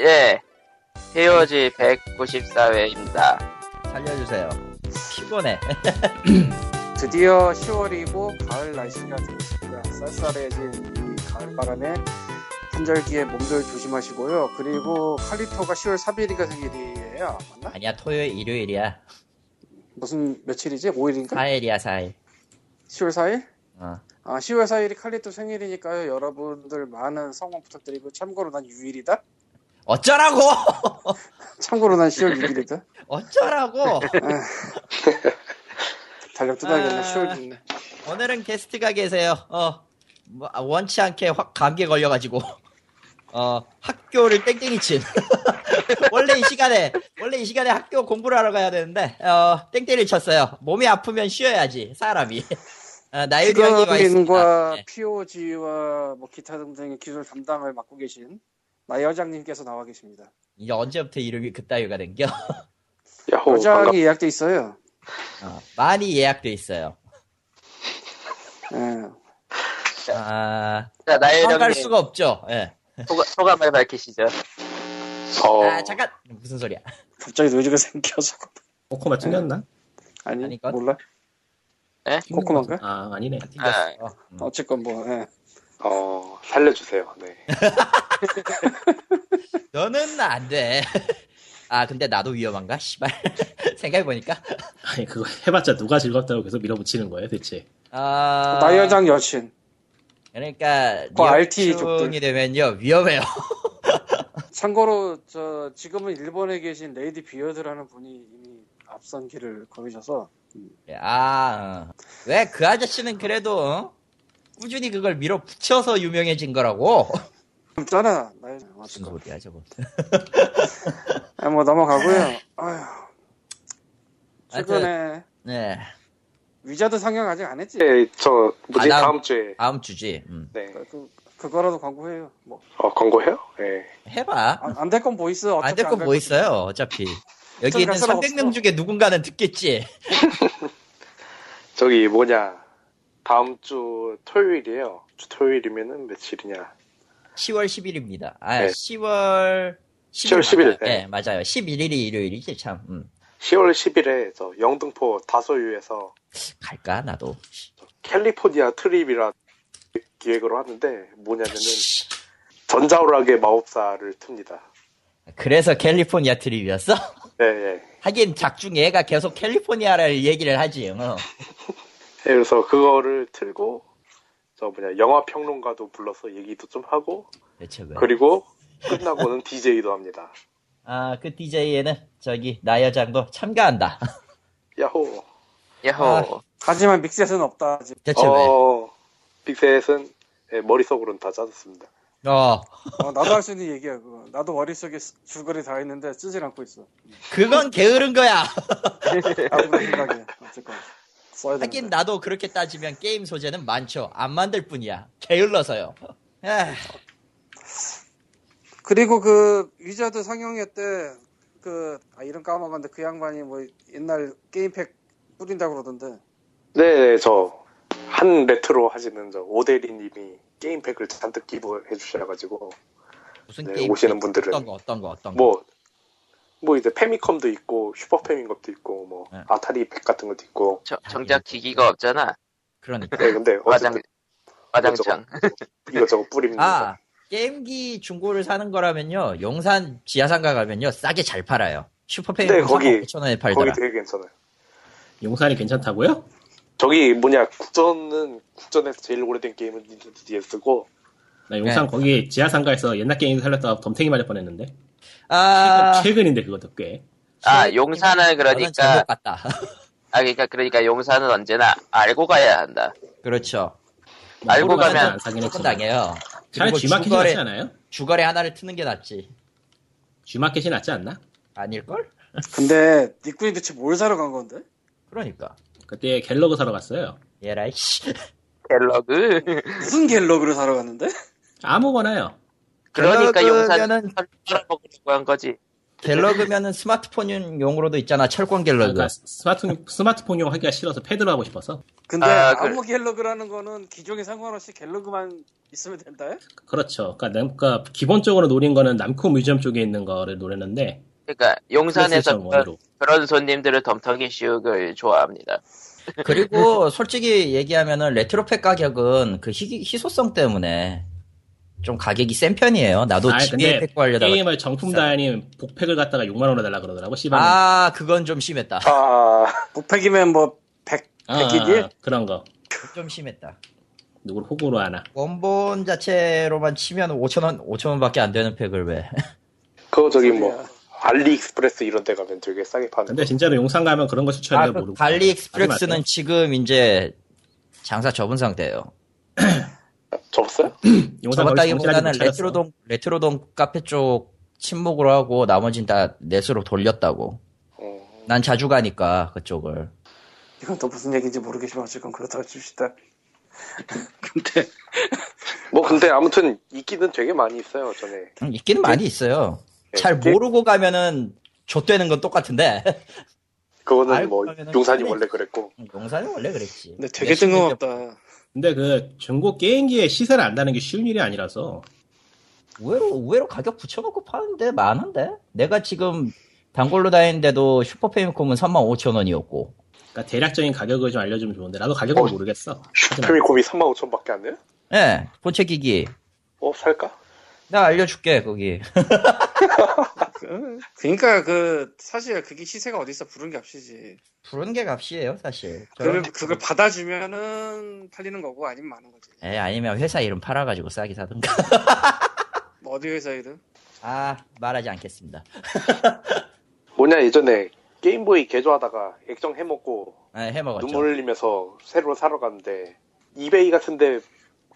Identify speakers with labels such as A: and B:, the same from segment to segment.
A: 예. 헤어지 194회입니다.
B: 살려주세요. 피곤해.
C: 드디어 10월이고 가을 날씨가 되었습니다. 쌀쌀해진 이 가을 바람에 환절기에 몸들 조심하시고요. 그리고 칼리토가 10월 3일인가 생일이에요. 맞나?
B: 아니야, 토요일, 일요일이야.
C: 무슨 며칠이지? 5일인가?
B: 4일이야, 4일.
C: 10월 4일?
B: 어.
C: 아, 10월 4일이 칼리토 생일이니까요. 여러분들 많은 성원 부탁드리고 참고로 난 유일이다.
B: 어쩌라고!
C: 참고로 난 10월 6일이다.
B: 어쩌라고!
C: 달력 뜯어야겠네.
B: 아.
C: 10월 6일.
B: 오늘은 게스트가 계세요. 어, 뭐, 아, 원치 않게 확 감기에 걸려가지고. 어, 학교를 땡땡이 친. 원래 이 시간에, 원래 이 시간에 학교 공부를 하러 가야 되는데, 어, 땡땡이를 쳤어요. 몸이 아프면 쉬어야지, 사람이. 어, 나의 병이가 있습니다.
C: 피그린과
B: 네.
C: POG와 뭐 기타 등등의 기술 담당을 맡고 계신 나 여장님께서 나와 계십니다.
B: 이제 언제부터 이름이 그따위가 된겨?
D: 야호 어, 반갑
C: 여장이 예약돼 있어요.
B: 어, 많이 예약돼 있어요.
C: 예.
B: 아,
A: 자,
B: 갈
A: 나일령님
B: 수가 없죠. 예.
A: 소감, 소감을 밝히시죠.
D: 어,
B: 아, 잠깐! 무슨 소리야.
C: 갑자기 노즈가 생겨서
E: 코코마 튕겼나?
C: 아니
B: 아니건?
C: 몰라
A: 예?
C: 코코마인가?
E: 아 아니네.
A: 아,
B: 어, 음.
C: 어쨌건 뭐 예.
D: 어, 살려주세요. 네.
B: 너는 안 돼. 아, 근데 나도 위험한가? 씨발. 생각해보니까.
E: 아니 그거 해봤자 누가 즐겁다고 계속 밀어붙이는 거예요 대체.
B: 아,
C: 나 여장 여친
B: 그러니까,
C: 그 RT
B: 리얼충이
C: 족들.
B: 되면요, 위험해요.
C: 참고로 저 지금은 일본에 계신 레이디 비어드라는 분이 이미 앞선 길을 걸으셔서
B: 아, 왜 그 아저씨는 그래도, 어? 꾸준히 그걸 밀어붙여서 유명해진 거라고?
C: 없잖아 나 여장
B: 무슨
C: 어쨌건
B: 소리야, 저거.
C: 아, 뭐 넘어가고요 아휴 최근에
B: 네.
C: 위자드 상영 아직 안 했지
D: 네, 저 뭐지
B: 아, 나-
D: 다음 주에
B: 다음 주지. 음.
D: 네.
C: 그, 그거라도 광고해요 뭐
D: 어, 광고해요? 네.
B: 해봐.
C: 안 될 건 뭐 있어
B: 안 될 건 뭐 있어요, 어차피. 여기
C: 어차피
B: 있는
C: 갈 사람
B: 300명
C: 없어.
B: 중에 누군가는 듣겠지.
D: 저기 뭐냐 다음 주 토요일이에요. 주 토요일이면은 며칠이냐?
B: 10월 10일입니다. 아,
D: 네.
B: 10월
D: 10월 11일.
B: 맞아요. 네, 맞아요. 11일이 일요일이지, 참. 음.
D: 10월 10일에 저 영등포 다소유에서
B: 갈까, 나도.
D: 캘리포니아 트립이라 기획으로 하는데 뭐냐면은 전자오락의 마법사를 틉니다.
B: 그래서 캘리포니아 트립이었어?
D: 네, 예.
B: 하긴 작중 얘가 계속 캘리포니아를 얘기를 하지. 어.
D: 네, 그래서 그거를 틀고 저 뭐냐 영화 평론가도 불러서 얘기도 좀 하고
B: 대체 왜?
D: 그리고 끝나고는 DJ도 합니다.
B: 아, 그 DJ에는 저기 나 여장도 참가한다.
D: 야호.
A: 야호.
B: 아.
C: 하지만 믹셋은 없다 아직
B: 대체
D: 어, 빅셋은 예, 머릿속으로는 다 짜졌습니다.
B: 왜? 어,
C: 어, 나도 할 수 있는 얘기야 그거 나도 머릿속에 쓰- 줄거리 다 있는데 쓰질 않고 있어
B: 그건 게으른 거야.
C: 아무도 생각이야 어쨌건 써야 되는데
B: 하긴 나도 그렇게 따지면 게임 소재는 많죠. 안 만들 뿐이야. 게을러서요. 에휴.
C: 그리고 그 위자드 상영회 때그 아, 이름 까먹었는데 그 양반이 뭐 옛날 게임팩 뿌린다고 그러던데
D: 네, 저 한 레트로 하시는 저 오데리님이 게임팩을 잔뜩 기부해 주셔가지고
B: 무슨
D: 네,
B: 게임
D: 오시는 분들은
B: 어떤 거 어떤 거 어떤 거
D: 뭐 뭐 이제 페미컴도 있고 슈퍼 페미컴도 있고 뭐
B: 네.
D: 아타리 팩 같은 것도 있고
A: 저- 정작 기기가 없잖아.
B: 그러니까
D: 네 근데
A: 화장,
D: 어, 어쨌든
A: 화장창.
D: 이것저것 뿌립니다.
B: 아 게임기 중고를 사는 거라면요 용산 지하상가 가면요 싸게 잘 팔아요 슈퍼페이
D: 네,
B: 네,
D: 거기-
B: 5천 원에
D: 거기
B: 팔더라
D: 되게 괜찮아요.
E: 용산이 괜찮다고요?
D: 저기 뭐냐 국전은 국전에서 제일 오래된 게임은 닌텐도 DS고
E: 나
B: 네.
E: 용산 거기 지하상가에서 옛날 게임 살렸다가 덤탱이 맞을 뻔했는데
B: 아
E: 최근인데 그것도 꽤.
A: 아, 용산은
B: 저는 잘못
A: 그러니까,
B: 갔다
A: 아, 그러니까, 그러니까 용산은 언제나 알고 가야 한다.
B: 그렇죠
A: 알고
E: 모르고
A: 가면
E: 뭐 안 사긴
B: 조금 뭐
E: 했지만.
B: 당해요
E: 차라리
B: 그리고
E: G마켓이 낫지 않아요?
B: 주거래 하나를 트는 게 낫지
E: G마켓이 낫지 않나?
B: 아닐걸
C: 근데 니꾼이 대체 뭘 사러 간 건데?
B: 그러니까
E: 그때 갤러그 사러 갔어요.
B: 예라이 씨
A: 갤러그.
C: 무슨 갤러그를 사러 갔는데?
E: 아무거나요.
B: 네,
A: 그러니까
B: 갤러그면은-
A: 용산 팔아먹으려고 한 거지.
B: 갤러그면은 스마트폰용으로도 있잖아. 철권 갤러그.
E: 그러니까 스마트, 스마트폰용 하기가 싫어서 패드로 하고 싶어서.
C: 근데
A: 아, 그-
C: 아무 갤러그라는 거는 기종에 상관없이 갤러그만 있으면 된다?
E: 그렇죠. 그러니까, 남- 그러니까 기본적으로 노린 거는 남코 뮤지엄 쪽에 있는 거를 노렸는데
A: 그러니까 용산에서
E: 플레이스테이션 원으로.
A: 그, 런 손님들을 덤터기 씌우길 좋아합니다.
B: 그리고 솔직히 얘기하면은 레트로팩 가격은 그 희귀, 희소성 때문에 좀 가격이 센 편이에요. 나도
E: 아니,
B: 집에 팩 관려다가
E: 게임을 정품
B: 비싸다.
E: 단위 복팩을 갖다가 6만 원에 달라 그러더라고. 씨발.
B: 아 그건 좀 심했다.
D: 아,
C: 무팩이면 뭐 100,
E: 아,
C: 100이지?
E: 그런 거.
B: 좀 심했다.
E: 누구를 호구로 하나.
B: 원본 자체로만 치면 5천원 5천원밖에 안 되는 팩을 왜?
D: 그거 저기 뭐 알리익스프레스 이런 데 가면 되게 싸게 파는
E: 근데 진짜로 용산 가면 그런 거
B: 아,
E: 추천해도
B: 그
E: 모르고.
B: 갈리
E: 하지 마세요.
B: 익스프레스는 지금 이제 장사 접은 상태예요.
D: 거. 접었어요?
E: 네, 용산 거의
B: 접었다기보다는
E: 정신하지 못차렸어.
B: 레트로동 레트로동 카페 쪽 침묵으로 하고 나머진 다 넷으로 돌렸다고.
D: 어,
B: 난 자주 가니까 그쪽을.
C: 이건 또 무슨 얘기인지 모르겠지만 어쨌건 그렇다고 칩시다. 근데
D: 뭐 근데 아무튼 있기는 되게 많이 있어요 전에
B: 음, 있기는 많이 있어요.
D: 네.
B: 잘 모르고 가면은 좆되는 건 똑같은데
D: 그거는
B: 알고
D: 뭐
B: 보면은
D: 용산이
B: 편해.
D: 원래 그랬고
B: 용산은 원래 그랬지.
C: 근데 되게 뜬금없다.
E: 근데 그 중고 게임기에 시세를 안다는 게 쉬운 일이 아니라서
B: 우회로 우회로 가격 붙여놓고 파는데 많은데 내가 지금 단골로 다니는데도 슈퍼페미콤은 35,000원이었고
E: 그러니까 대략적인 가격을 좀 알려주면 좋은데 나도 가격은
D: 어,
E: 모르겠어. 하지만
D: 슈퍼미콤이 35,000밖에 안 돼요?
B: 예 본체 기기
D: 어 살까?
B: 나 알려줄게 거기
C: 그- 그러니까 그 사실 그게 시세가 어디서 부른 게 값이지.
B: 부른 게 값이에요 사실
C: 그걸 그걸 받아주면은 팔리는 거고 아니면 많은 거지.
B: 예 아니면 회사 이름 팔아가지고 싸게 사든가
C: 뭐 어디 회사이든.
B: 아 말하지 않겠습니다
D: 뭐냐 예전에 게임보이 개조하다가 액정 해먹고
B: 예 해먹었죠
D: 눈물 흘리면서 새로 사러 갔는데 이베이 같은데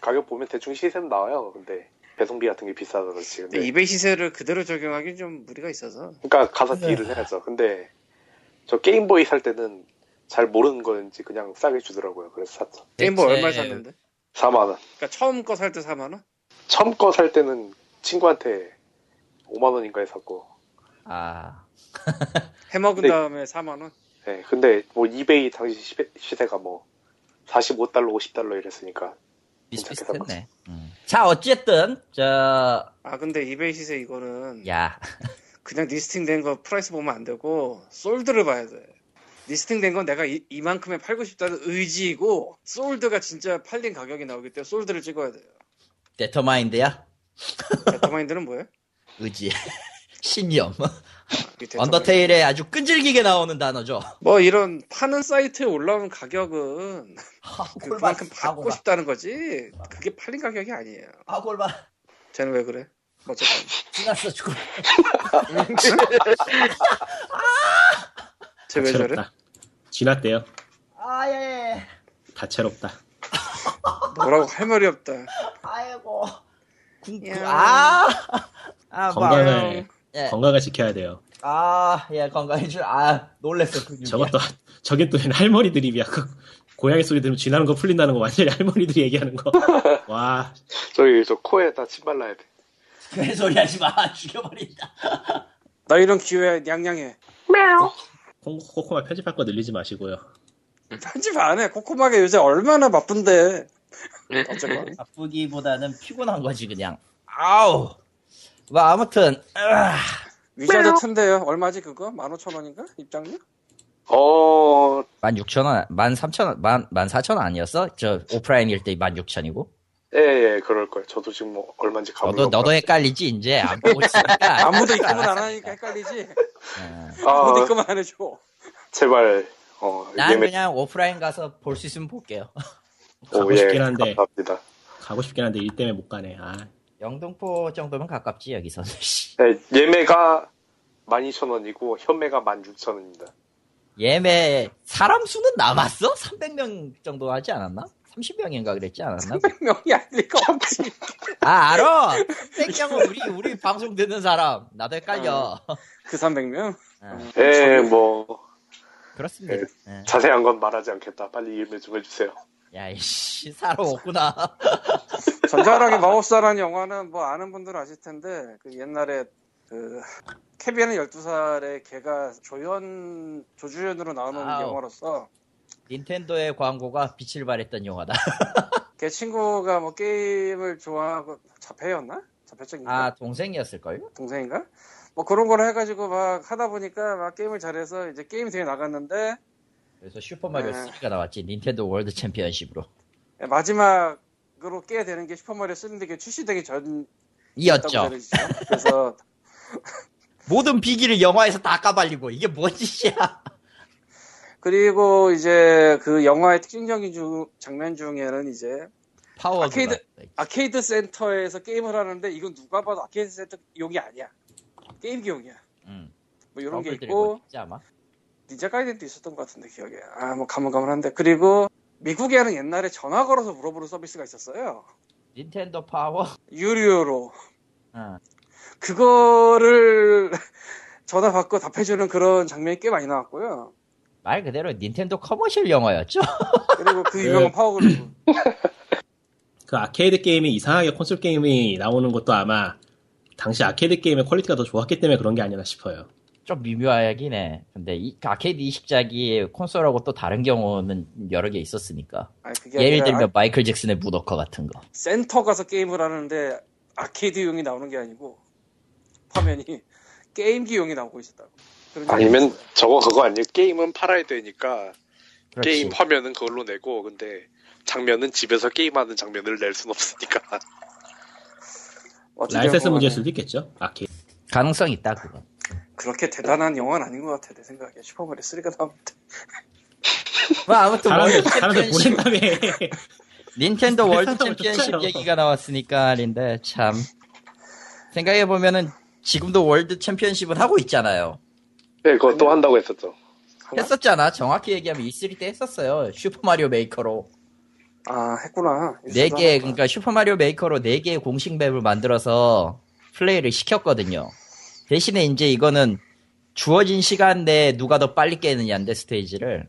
D: 가격 보면 대충 시세는 나와요 근데 배송비 같은 게 비싸서
C: 근데
D: 그렇지
B: 네.
D: 근데
C: 이베이 시세를 그대로 적용하기는 좀 무리가 있어서.
D: 그러니까 가서 딜을 해야죠 근데 저 게임보이 살 때는 잘 모르는 건지 그냥 싸게 주더라고요 그래서 샀죠
C: 게임보 뭐
B: 대체-
C: 얼마 샀는데?
D: 4만원
C: 그러니까 처음 거 살 때 4만 원?
D: 처음 거 살 때는 친구한테 5만원인가에 샀고
B: 아
C: 해먹은
D: 네.
C: 다음에 4만 원?
D: 예, 근데 뭐 이베이 당시 시세- 시세가 뭐 45달러, 50달러 이랬으니까
B: 비슷비슷했네 음. 자 어쨌든 저야
C: 아 근데 이베이 시세 이거는 그냥 리스팅된 거 프라이스 보면 안 되고 솔드를 봐야 돼. 리스팅된 건 내가 이, 이만큼에 팔고 싶다는 의지이고 솔드가 진짜 팔린 가격이 나오기 때문에 솔드를 찍어야 돼요.
B: 데터마인드야
C: 데터마인드는 뭐예요?
B: 의지 신념
C: 이 데터마인드.
B: 언더테일에 아주 끈질기게 나오는 단어죠.
C: 뭐 이런 파는 사이트에 올라온 가격은 그
B: 골반,
C: 그만큼
B: 아,
C: 받고 아.
B: 골반.
C: 싶다는 거지 그게 팔린 가격이 아니에요.
B: 아 골반
C: 쟤는 왜 그래? 뭐 어쨌든
B: 지났어 죽어.
C: 쟤왜 저래?
E: 다채롭다. 지났대요.
B: 아예
E: 다채롭다.
C: 뭐라고 할 말이 없다.
B: 아이고.
C: 야.
B: 아아
E: 건강을
B: 예.
E: 건강을 지켜야 돼요.
B: 아예 건강해 줄아 놀랬어 그
E: 저것도 저게 또 할머니 드립이야. 그 고양이 소리 들으면 쥐나는 거 풀린다는 거 완전히 할머니들이 얘기하는 거. 와
D: 저기 저 코에다 침 발라야 돼.
B: 그 소리 하지 마 죽여버린다.
C: 나 이런 기회에 냥냥해.
E: 콩- 코코마 편집할 거 늘리지 마시고요.
C: 편집 안 해. 코코마가 요새 얼마나 바쁜데. 어쨌건
B: 바쁘기보다는 피곤한 거지 그냥. 아우. 뭐 아무튼
C: 위자드 2인데요. 얼마지 그거? 15,000원인가? 입장료?
D: 어,
B: 16,000원 13,000원 14,000원 아니었어? 저 오프라인일 때 16,000이고.
D: 예, 예, 그럴 거예요. 저도 지금 뭐 얼마인지 가보고.
B: 너도 너도 헷갈리지 이제 안 보고 있으니까.
C: 아무도 입금은 안 하니까 헷갈리지. 아무도
D: 아,
C: 입금 안 해줘.
D: 제발. 어,
B: 난
D: 예매-
B: 그냥 오프라인 가서 볼 수 있으면 볼게요.
E: 가고
D: 오, 예,
E: 싶긴 한데.
D: 감사합니다.
E: 가고 싶긴 한데 일 때문에 못 가네. 아
B: 영등포 정도면 가깝지 여기서.
D: 예, 예매가 12,000원이고 현매가 16,000원입니다.
B: 예매 사람 수는 남았어? 300명 정도 하지 않았나? 30명인가 그랬지 않았나?
C: 명이 아닐 거 없지.
B: 아 알아. 300명은 우리 우리 방송 듣는 사람. 나도 헷갈려.
C: 그 300명? 어,
D: 예, 뭐
B: 그렇습니다. 예.
D: 자세한 건 말하지 않겠다. 빨리 예매 좀 해주세요.
B: 야 이씨 살아오구나.
C: 전자랑의 마법사라는 영화는 뭐 아는 분들은 아실 텐데, 그 옛날에 그 캐비아는 12살에 걔가 조연, 조주연으로 나오는
B: 아우.
C: 영화로서
B: 닌텐도의 광고가 빛을 발했던 영화다.
C: 걔 친구가 뭐 게임을 좋아하고 자폐였나? 자폐적인가?
B: 아, 동생이었을걸요?
C: 동생인가? 뭐 그런 걸 해가지고 막 하다 보니까 막 게임을 잘해서 이제 게임 대회 나갔는데
B: 그래서 슈퍼마리오
C: 네. 그
B: 3가 나왔지. 닌텐도 월드 챔피언십으로.
C: 마지막으로 예, 깨야 되는 게 슈퍼마리오 3인데 게 출시되기 전이었죠.
B: 이었죠.
C: 그래서
B: 모든 비기를 영화에서 다 까발리고, 이게 뭔 짓이야.
C: 그리고 이제 그 영화의 특징적인 주- 장면 중에는 이제
B: 파워.
C: 아케이드- 아케이드 센터에서 게임을 하는데 이건 누가 봐도 아케이드 센터 용이 아니야. 게임기용이야.
B: 음.
C: 뭐 이런 게 있고
B: 있고. 아마.
C: 닌자 가이덴도 있었던 것 같은데 기억에 아뭐 가물가물한데 그리고 미국에는 옛날에 전화 걸어서 물어보는 서비스가 있었어요.
B: 닌텐도 파워.
C: 유료로
B: 어.
C: 그거를 전화 받고 답해주는 그런 장면이 꽤 많이 나왔고요.
B: 말 그대로 닌텐도 커머셜 영화였죠.
C: 그리고
B: 네.
C: 그 유명한 파워그룹
E: 그 아케이드 게임이 이상하게 콘솔 게임이 나오는 것도 아마 당시 아케이드 게임의 퀄리티가 더 좋았기 때문에 그런 게 아니나 싶어요.
B: 좀 미묘하긴 해. 근데 이 아케이드 이식작이 콘솔하고 또 다른 경우는 여러 개 있었으니까.
C: 아니 그게
B: 예를
C: 아니라
B: 들면
C: 아-
B: 마이클 잭슨의 무더커 같은 거.
C: 센터 가서 게임을 하는데 아케이드용이 나오는 게 아니고 화면이 게임기용이 나오고 있었다고. 그런 적이
D: 아니면
C: 있었어요.
D: 저거 그거 아니에요? 게임은 팔아야 되니까
B: 그렇지.
D: 게임 화면은 그걸로 내고 근데 장면은 집에서 게임하는 장면을 낼 순 없으니까
C: 어찌되었건
E: 라이센스
C: 간에
E: 문제일 수도 있겠죠. 아케이드.
B: 가능성 있다 그거.
C: 그렇게 대단한 영화는 아닌 것 같아 내 생각에 슈퍼마리오 3가 나오면
B: 뭐 아무튼
E: 사람들,
B: 월드
E: 사람들 보낸
B: 챔피언십,
E: 다음에
B: 닌텐도 월드
E: 사람들
B: 챔피언십
E: 좋잖아.
B: 얘기가 나왔으니까인데 참 생각해 보면은 지금도 월드 챔피언십은 하고 있잖아요.
D: 네 그거 또 한다고 했었죠
B: 그렇죠. 했었잖아. 정확히 얘기하면 E3 때 했었어요. 슈퍼 마리오 메이커로
C: 아 했구나
B: 네 개, 그러니까 슈퍼 마리오 메이커로 네 개의 공식 맵을 만들어서 플레이를 시켰거든요. 대신에 이제 이거는 주어진 시간 내에 누가 더 빨리 깨느냐인데 스테이지를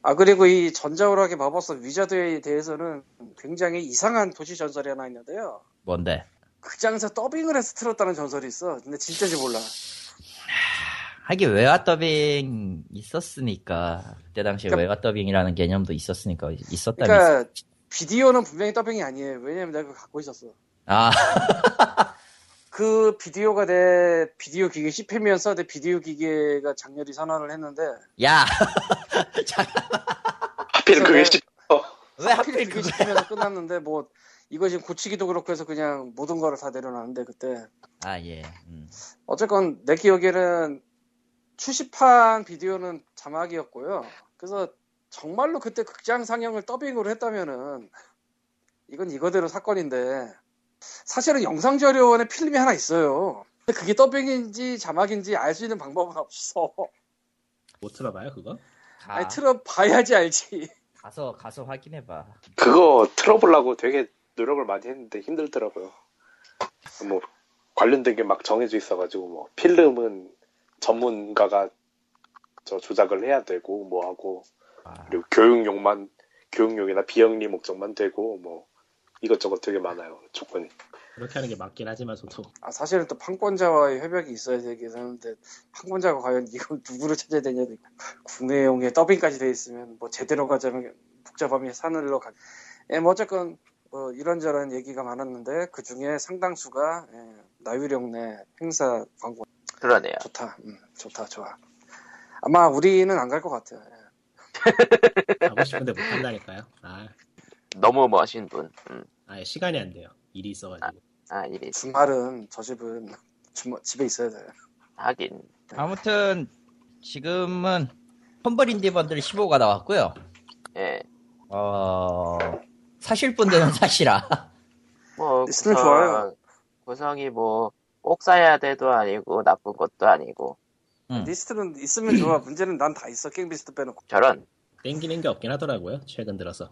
C: 아 그리고 이 전자오락의 마법사 위자드에 대해서는 굉장히 이상한 도시 전설이 하나 있는데요. 그
B: 뭔데?
C: 극장에서 더빙을 해서 틀었다는 전설이 있어. 근데 진짜인지 몰라.
B: 하긴 외화 더빙 있었으니까 그때 당시에
C: 그러니까-
B: 외화 더빙이라는 개념도 있었으니까 있었다면 있-
C: 그러니까 비디오는 분명히 더빙이 아니에요. 왜냐면 내가 그걸 갖고 있었어.
B: 아
C: 그 비디오가 내 비디오 기계 씹히면서 내 비디오 기계가 장렬히 선언을 했는데
B: 야!
D: 하필 그게 시-
B: 왜 하필
C: 하필 그게
B: 그거
C: 씹히면서 끝났는데 뭐 이거 지금 고치기도 그렇고 해서 그냥 모든 거를 다 내려놨는데 그때
B: 아, 예. 음.
C: 어쨌건 내 기억에는 출시판 비디오는 자막이었고요. 그래서 정말로 그때 극장 상영을 더빙으로 했다면은 이건 이거대로 사건인데 사실은 영상자료원에 필름이 하나 있어요. 근데 그게 더빙인지 자막인지 알 수 있는 방법은 없어.
E: 못 틀어봐요 그거?
B: 가,
C: 아니 틀어 봐야지 알지.
B: 가서, 가서 확인해봐.
C: 네.
D: 그거 틀어보려고 되게 노력을 많이 했는데 힘들더라고요 뭐 관련된 게 막 정해져 있어가지고 뭐 필름은 전문가가 저 조작을 해야 되고 뭐 하고
B: 아,
D: 그리고 교육용만 교육용이나 비영리 목적만 되고 뭐 이것저것 되게 많아요 조건이
E: 그렇게 하는 게 맞긴 하지만서도
C: 아 사실은 또 판권자와의 협약이 있어야 되긴 하는데 판권자가 과연 이걸 누구를 찾아야 되냐 국내용에 더빙까지 돼 있으면 뭐 제대로 가자면 복잡함이 산을로 가. 예, 뭐 어쨌건 뭐 이런저런 얘기가 많았는데 그 중에 상당수가 예, 나유령네 행사 광고
A: 그러네요.
C: 좋다, 음, 좋다, 좋아. 아마 우리는 안 갈 것 같아요. 예.
E: 하고 싶은데 못 한다니까요. 아,
A: 너무 멋진 분. 음.
E: 아예 시간이 안 돼요. 일이 있어가지고.
A: 아, 이리
C: 주말은 저 집은 주말- 집에 있어야 돼요.
A: 하긴.
B: 아무튼, 지금은 험블인디번들 15가 나왔고요
A: 예.
B: 어, 사실 분들은 사실아.
A: 뭐
C: 리스는
A: 구성-
C: 좋아요.
A: 구성이 뭐 꼭 사야 돼도 아니고 나쁜 것도 아니고
C: 음. 리스트는 있으면 좋아. 문제는 난 다 있어. 게임 리스트 빼놓고.
A: 저런
E: 땡기는 게 없긴 하더라고요. 최근 들어서.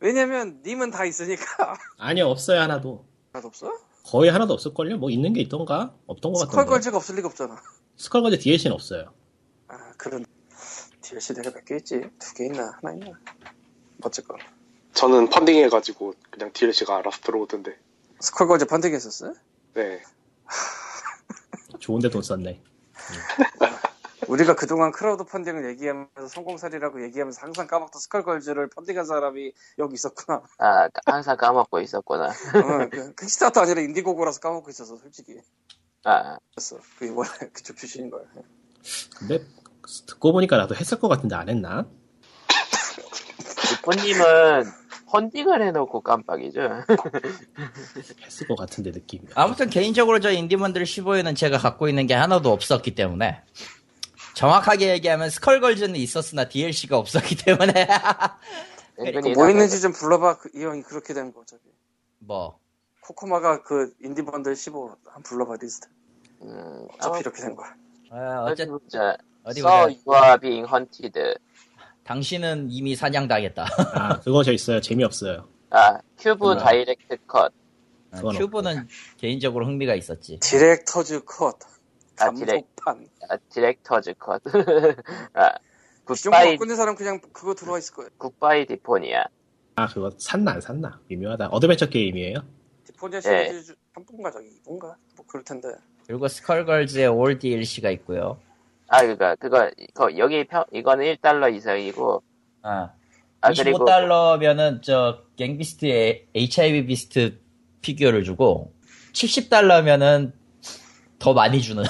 C: 왜냐면 님은 다 있으니까.
E: 아니요 없어요 하나도.
C: 하나도 없어?
E: 거의 하나도 없을걸요? 뭐 있는 게 있던가? 없던 것
C: 스컬
E: 같던데.
C: 걸즈가 없을 리가 없잖아.
E: 스컬걸즈 DLC는 없어요.
C: 아, 그런 DLC 내가 몇 개 있지? 두 개 있나? 하나 있나? 어쨌건
D: 저는 펀딩해가지고 그냥 DLC가 알아서 들어오던데
C: 스컬 걸즈 펀딩했었어?
D: 네
E: 좋은데 돈 썼네.
C: 우리가 그동안 크라우드 펀딩을 얘기하면서 성공사례라고 얘기하면서 항상 까먹던 스컬걸즈를 펀딩한 사람이 여기 있었구나.
A: 아, 항상 까먹고 있었구나.
C: 어, 그, 그 키스타터 아니라 인디고고라서 까먹고 있어서 솔직히.
A: 아,
C: 그랬어. 그게 원래 그쪽 출신인 거야.
E: 근데 듣고 보니까 나도 했을 것 같은데 안 했나?
A: 육부님은 펀딩을 해놓고 깜빡이죠.
E: 했을 것 같은데 느낌이.
B: 아무튼 개인적으로 저 인디먼들 15에는 제가 갖고 있는 게 하나도 없었기 때문에 정확하게 얘기하면 스컬걸즈는 있었으나 DLC가 없었기 때문에
A: 은근히
C: 뭐 있는지 좀 불러봐. 그- 이 형이 그렇게 된 거, 저기.
B: 뭐
C: 코코마가 그 인디번들 15 한 불러봐 리스트.
A: 음,
C: 어차피 이렇게 된 거야.
B: 어, 쨌든
A: 어쨌든
B: 어디
A: So
B: 보자.
A: you are being hunted.
B: 당신은 이미 사냥당했다.
E: 아 그거 저 있어요. 재미없어요.
A: 아, 큐브
E: 뭐야.
A: 다이렉트 컷.
E: 그건
B: 큐브는 개인적으로 흥미가 있었지.
C: 디렉터즈 컷.
A: 아,
C: 감독판.
A: 아, 디렉터즈 컷. 아,
C: 이 정도
A: 굿바이,
C: 끊는 사람 그냥 그거 들어와 있을 거야.
A: 굿바이 디포니아.
E: 아 그거 샀나 안 샀나 미묘하다. 어드벤처 게임이에요?
C: 디포니아
A: 예.
C: 시리즈 중- 한 분가 저기 뭔가 뭐 그럴 텐데.
B: 그리고 스컬걸즈의 올 DLC가 있고요.
A: 아, 그니까, 그거, 그거, 여기 평, 이거는 1달러 이상이고,
B: 아,
A: 아, 그리고,
B: 25달러면은 저 갱비스트의 HIV 비스트 피규어를 주고 70달러면은 더 많이 주는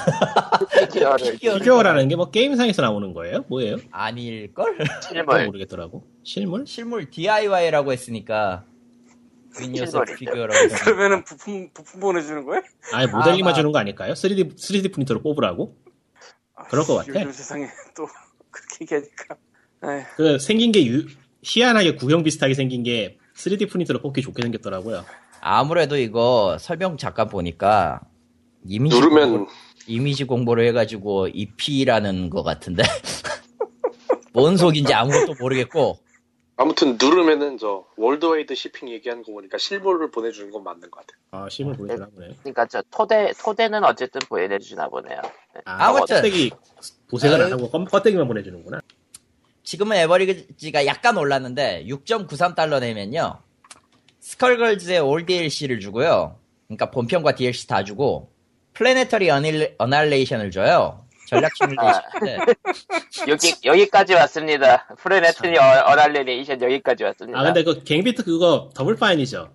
A: 피규어를,
B: 피규어.
E: 피규어라는 게 뭐 게임상에서 나오는 거예요? 뭐예요?
B: 아닐걸?
E: 잘
A: 실물,
E: 모르겠더라고. 실물?
B: 실물 DIY라고 했으니까
A: 실물이죠.
B: 윈요셉 피규어라고 해서.
C: 그러면은 부품 부품 보내주는 거야?
E: 아예 모델링만
B: 아.
E: 주는 거 아닐까요? 3D 3D 프린터로 뽑으라고?
C: 아,
E: 그럴 것
C: 씨,
E: 같아.
C: 요즘 세상에 또 그렇게 얘기하니까. 네. 에휴,
E: 그 생긴 게 유- 희한하게 구형 비슷하게 생긴 게 3D 프린터로 뽑기 좋게 생겼더라고요.
B: 아무래도 이거 설명 잠깐 보니까 이미지
D: 누르면
B: 공부를, 이미지 공부를 해가지고 EP라는 것 같은데 뭔 속인지 아무것도 모르겠고
D: 아무튼 누르면은 저 월드와이드 시핑 얘기하는 거 보니까 실물을 보내주는 건 맞는 것 같아요.
E: 아 실물 보이더라 보네.
A: 그니까 그러니까 저 토대, 토대는 어쨌든 보여주나 보네요.
E: 아,
B: 아무튼.
E: 껍데기 보색을 안
B: 아유.
E: 하고 껌- 껍데기만 보내주는구나.
B: 지금은 에버리지가 약간 올랐는데 6.93달러 내면요 스컬걸즈의 올 DLC를 주고요 그러니까 본편과 DLC 다 주고 플래네터리 어닐, 어날레이션을 줘요 전략 시뮬레이션인데
A: 아. 여기, 여기까지 왔습니다. 프레네트니 어랄레레이션 여기까지 왔습니다.
E: 아 근데 그 갱비트 그거 더블 파인이죠.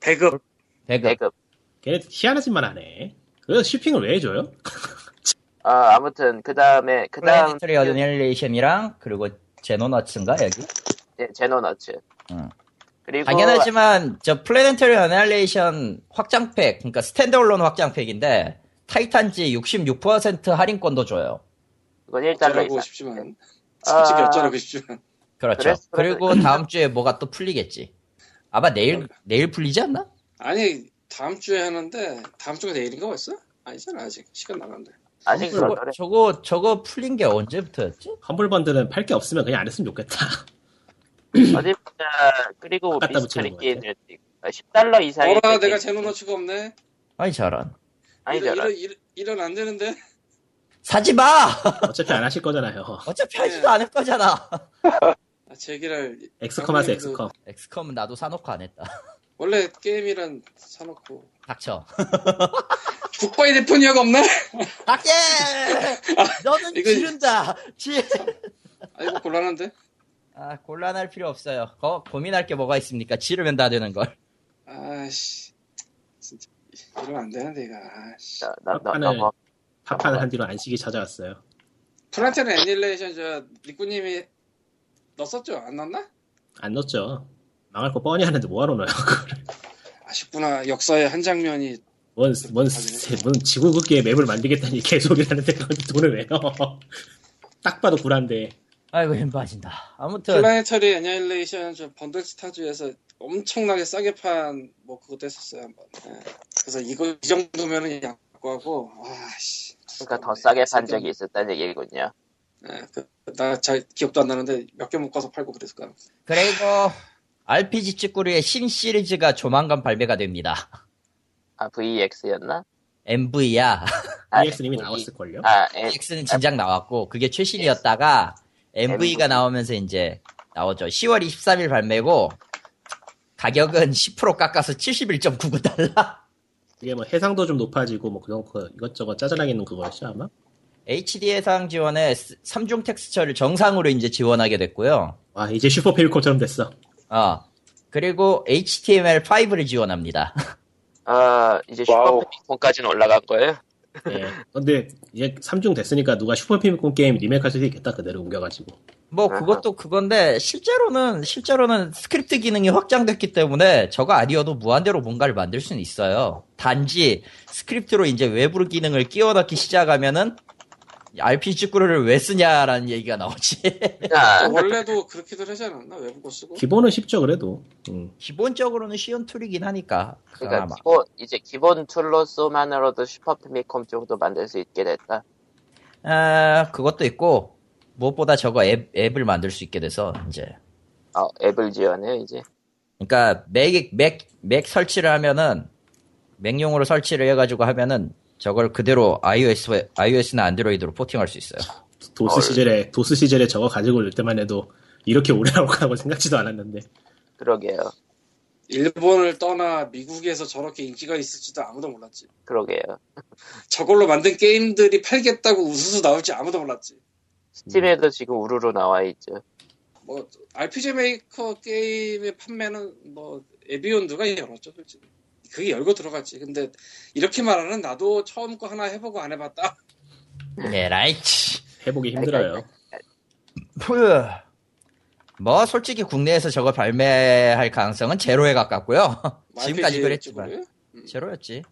C: 배급
B: 배급
A: 배급.
E: 걔네 희한한 짓만 하네. 그래서 쇼핑을 왜 해줘요?
A: 아, 아무튼, 그 다음에, 그 다음,
B: 플래네터리 어널레이션이랑 그리고 제노너츠인가 여기
A: 그, 예, 제노너츠.
B: 응.
A: 그리고,
B: 당연하지만 저 플래네터리 어널레이션 확장팩 그러니까 스탠드얼론 확장팩인데 타이탄지 66% 할인권도 줘요
A: 그건
C: 어쩌라고
A: 1달러 이상.
C: 싶지만
A: 아.
C: 솔직히 어쩌라고 싶지만
B: 그렇죠.
A: 그래서-
B: 그리고 다음 주에 뭐가 또 풀리겠지. 아마 내일 내일 풀리지 않나?
C: 아니 다음 주에 하는데 다음 주가 내일인가 벌써? 아니잖아 아직 시간 남았는데.
A: 아직
B: 저거
A: 그렇더래.
B: 저거 저거 풀린 게 언제부터였지?
E: 험블 번들은 팔 게 없으면 그냥 안 했으면 좋겠다.
A: 어디 보자. 그리고
E: 갖다 붙이는
A: 미스터리
E: 것 같아.
A: 게임을 10달러 이상의
C: 어라
A: 게임.
C: 내가 제노너츠가 없네.
B: 아니 저런.
A: 아니
C: 이런
A: 저런.
C: 이런 이런, 이런 안 되는데.
B: 사지 마.
E: 어차피 안 하실 거잖아요.
B: 어차피 하지도
A: 네.
B: 않을 거잖아.
C: 아, 제 얘기를
E: 엑스컴 하세요,
C: 양님도
E: 엑스컴.
B: 엑스컴은 나도 사놓고 안 했다.
C: 원래 게임이란 사놓고
B: 닥쳐.
C: 국바이 대포니아가 없네?
B: 닥쳐.
A: 아,
B: 너는
C: 이건-
B: 지른다. 지.
C: 아 이거 곤란한데?
B: 아 곤란할 필요 없어요. 거, 고민할 게 뭐가 있습니까? 지르면 다 되는 걸.
C: 아씨 진짜 이러면 안 되는데 이거 아씨
A: 너- 너- 뭐, 너-
E: 하는-
A: 넘어.
E: 파판을 한 뒤로 안식이 찾아왔어요.
C: 플란테르 애닐레이션 저 니꾸님이 넣었었죠? 안 넣었나?
E: 안 넣었죠. 망할 거 뻔히 하는데 뭐하러 넣어요, 그거를.
C: 아쉽구나 역사의 한 장면이
E: 뭔, 뭔, 세- 뭔 지구극기의 맵을 만들겠다는 개소리라는데 그걸 돈을 왜 넣어. 딱 봐도 불안데.
B: 아이고 힘 빠진다. 아무튼
C: 플라네터리 애닐레이션 저 번들 스타즈에서 엄청나게 싸게 판 뭐 그것도 했었어요 한번 예. 그래서 이거 이 정도면은 양보하고 아씨
A: 그러니까 더 싸게 산 적이 있었다는 얘기군요.
C: 네, 그, 나잘 기억도 안 나는데 몇 개 묶어서 팔고 그랬을 거야
B: 그리고 RPG 찌꾸리의 신 시리즈가 조만간 발매가 됩니다.
A: 아 VX였나?
B: MV야.
A: 아,
E: EX님이
A: V-
E: 나왔을걸요?
A: 아, 에,
B: X는 진작 나왔고 그게 최신이었다가 MV가 나오면서 이제 나오죠. 10월 23일 발매고 가격은 10% 깎아서 71.99달러.
E: 그게 뭐 해상도 좀 높아지고 뭐 그런 거 이것저것 짜잘하게 있는 그거였죠, 아마?
B: HD 해상 지원에 3중 텍스처를 정상으로 이제 지원하게 됐고요.
E: 와 이제 슈퍼 페이콜처럼 됐어.
B: 어. 그리고 HTML5를 지원합니다.
A: 아, 이제
D: 와우.
A: 슈퍼패미콘까지는 올라간 거예요?
E: 예. 근데 이제 3중 됐으니까 누가 슈퍼 페이콜 게임 리메이크할 수도 있겠다 그대로 옮겨가지고.
B: 뭐 그것도 그건데 실제로는 실제로는 스크립트 기능이 확장됐기 때문에 저거 아니어도 무한대로 뭔가를 만들 수는 있어요. 단지 스크립트로 이제 외부 기능을 끼워넣기 시작하면은 RPG 꾸루를 왜 쓰냐라는 얘기가 나오지.
A: 야,
C: 원래도 그렇게들 하지 않았나? 외국어 쓰고?
E: 기본은 쉽죠 그래도. 음.
B: 기본적으로는 쉬운 툴이긴 하니까.
A: 그러니까
B: 아마.
A: 기본, 이제 기본 툴로서만으로도 슈퍼패미컴 정도 만들 수 있게 됐다.
B: 아, 그것도 있고 무엇보다 저거 앱, 앱을 만들 수 있게 돼서 이제
A: 아, 앱을 지원해요, 이제.
B: 그러니까 맥, 맥, 맥 설치를 하면은 맥용으로 설치를 해가지고 하면은 저걸 그대로 iOS, iOS나 안드로이드로 포팅할 수 있어요.
E: 도스 시절에 도스 시절에 저거 가지고 올 때만 해도 이렇게 오래 나올 거라고 생각지도 않았는데.
A: 그러게요.
C: 일본을 떠나 미국에서 저렇게 인기가 있을지도 아무도 몰랐지.
A: 그러게요.
C: 저걸로 만든 게임들이 팔겠다고 우수수 나올지 아무도 몰랐지.
B: 음.
A: 스팀에도 지금 우르르 나와 있죠.
C: 뭐 RPG 메이커 게임의 판매는 뭐 에비온드가 열었죠 솔직히 그게 열고 들어갔지 근데 이렇게 말하는 나도 처음 거 하나 해보고 안 해봤다
B: 네, 라이트.
E: 해보기 힘들어요.
B: 뭐, 솔직히 국내에서 저거 발매할 가능성은 제로에 가깝고요. 지금까지
C: RPG
B: 그랬지만.
C: 쪽으로요?
B: 제로였지.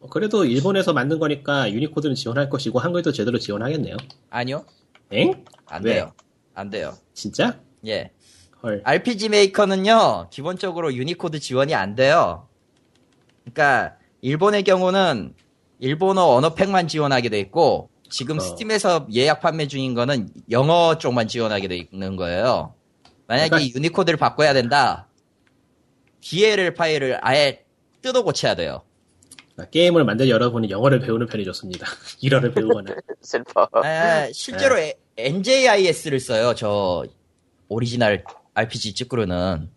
E: 어, 그래도 일본에서 만든 거니까 유니코드는 지원할 것이고 한글도 제대로 지원하겠네요.
B: 아니요.
E: 엥?
B: 안
E: 왜?
B: 돼요. 안 돼요.
E: 진짜?
B: 예.
E: 헐.
B: RPG 메이커는요, 기본적으로 유니코드 지원이 안 돼요. 그러니까, 일본의 경우는 일본어 언어팩만 지원하게 돼 있고, 지금
E: 어.
B: 스팀에서 예약 판매 중인 거는 영어 쪽만 지원하게 돼 있는 거예요. 만약에 이 유니코드를 바꿔야 된다, DLL 파일을 아예 뜯어 고쳐야 돼요.
E: 아, 게임을 만들 여러분은 영어를 배우는 편이 좋습니다. 일어를 배우거나.
A: 슬퍼.
B: 아, 실제로 NJIS를 써요, 저 오리지널 RPG 찌꾸르는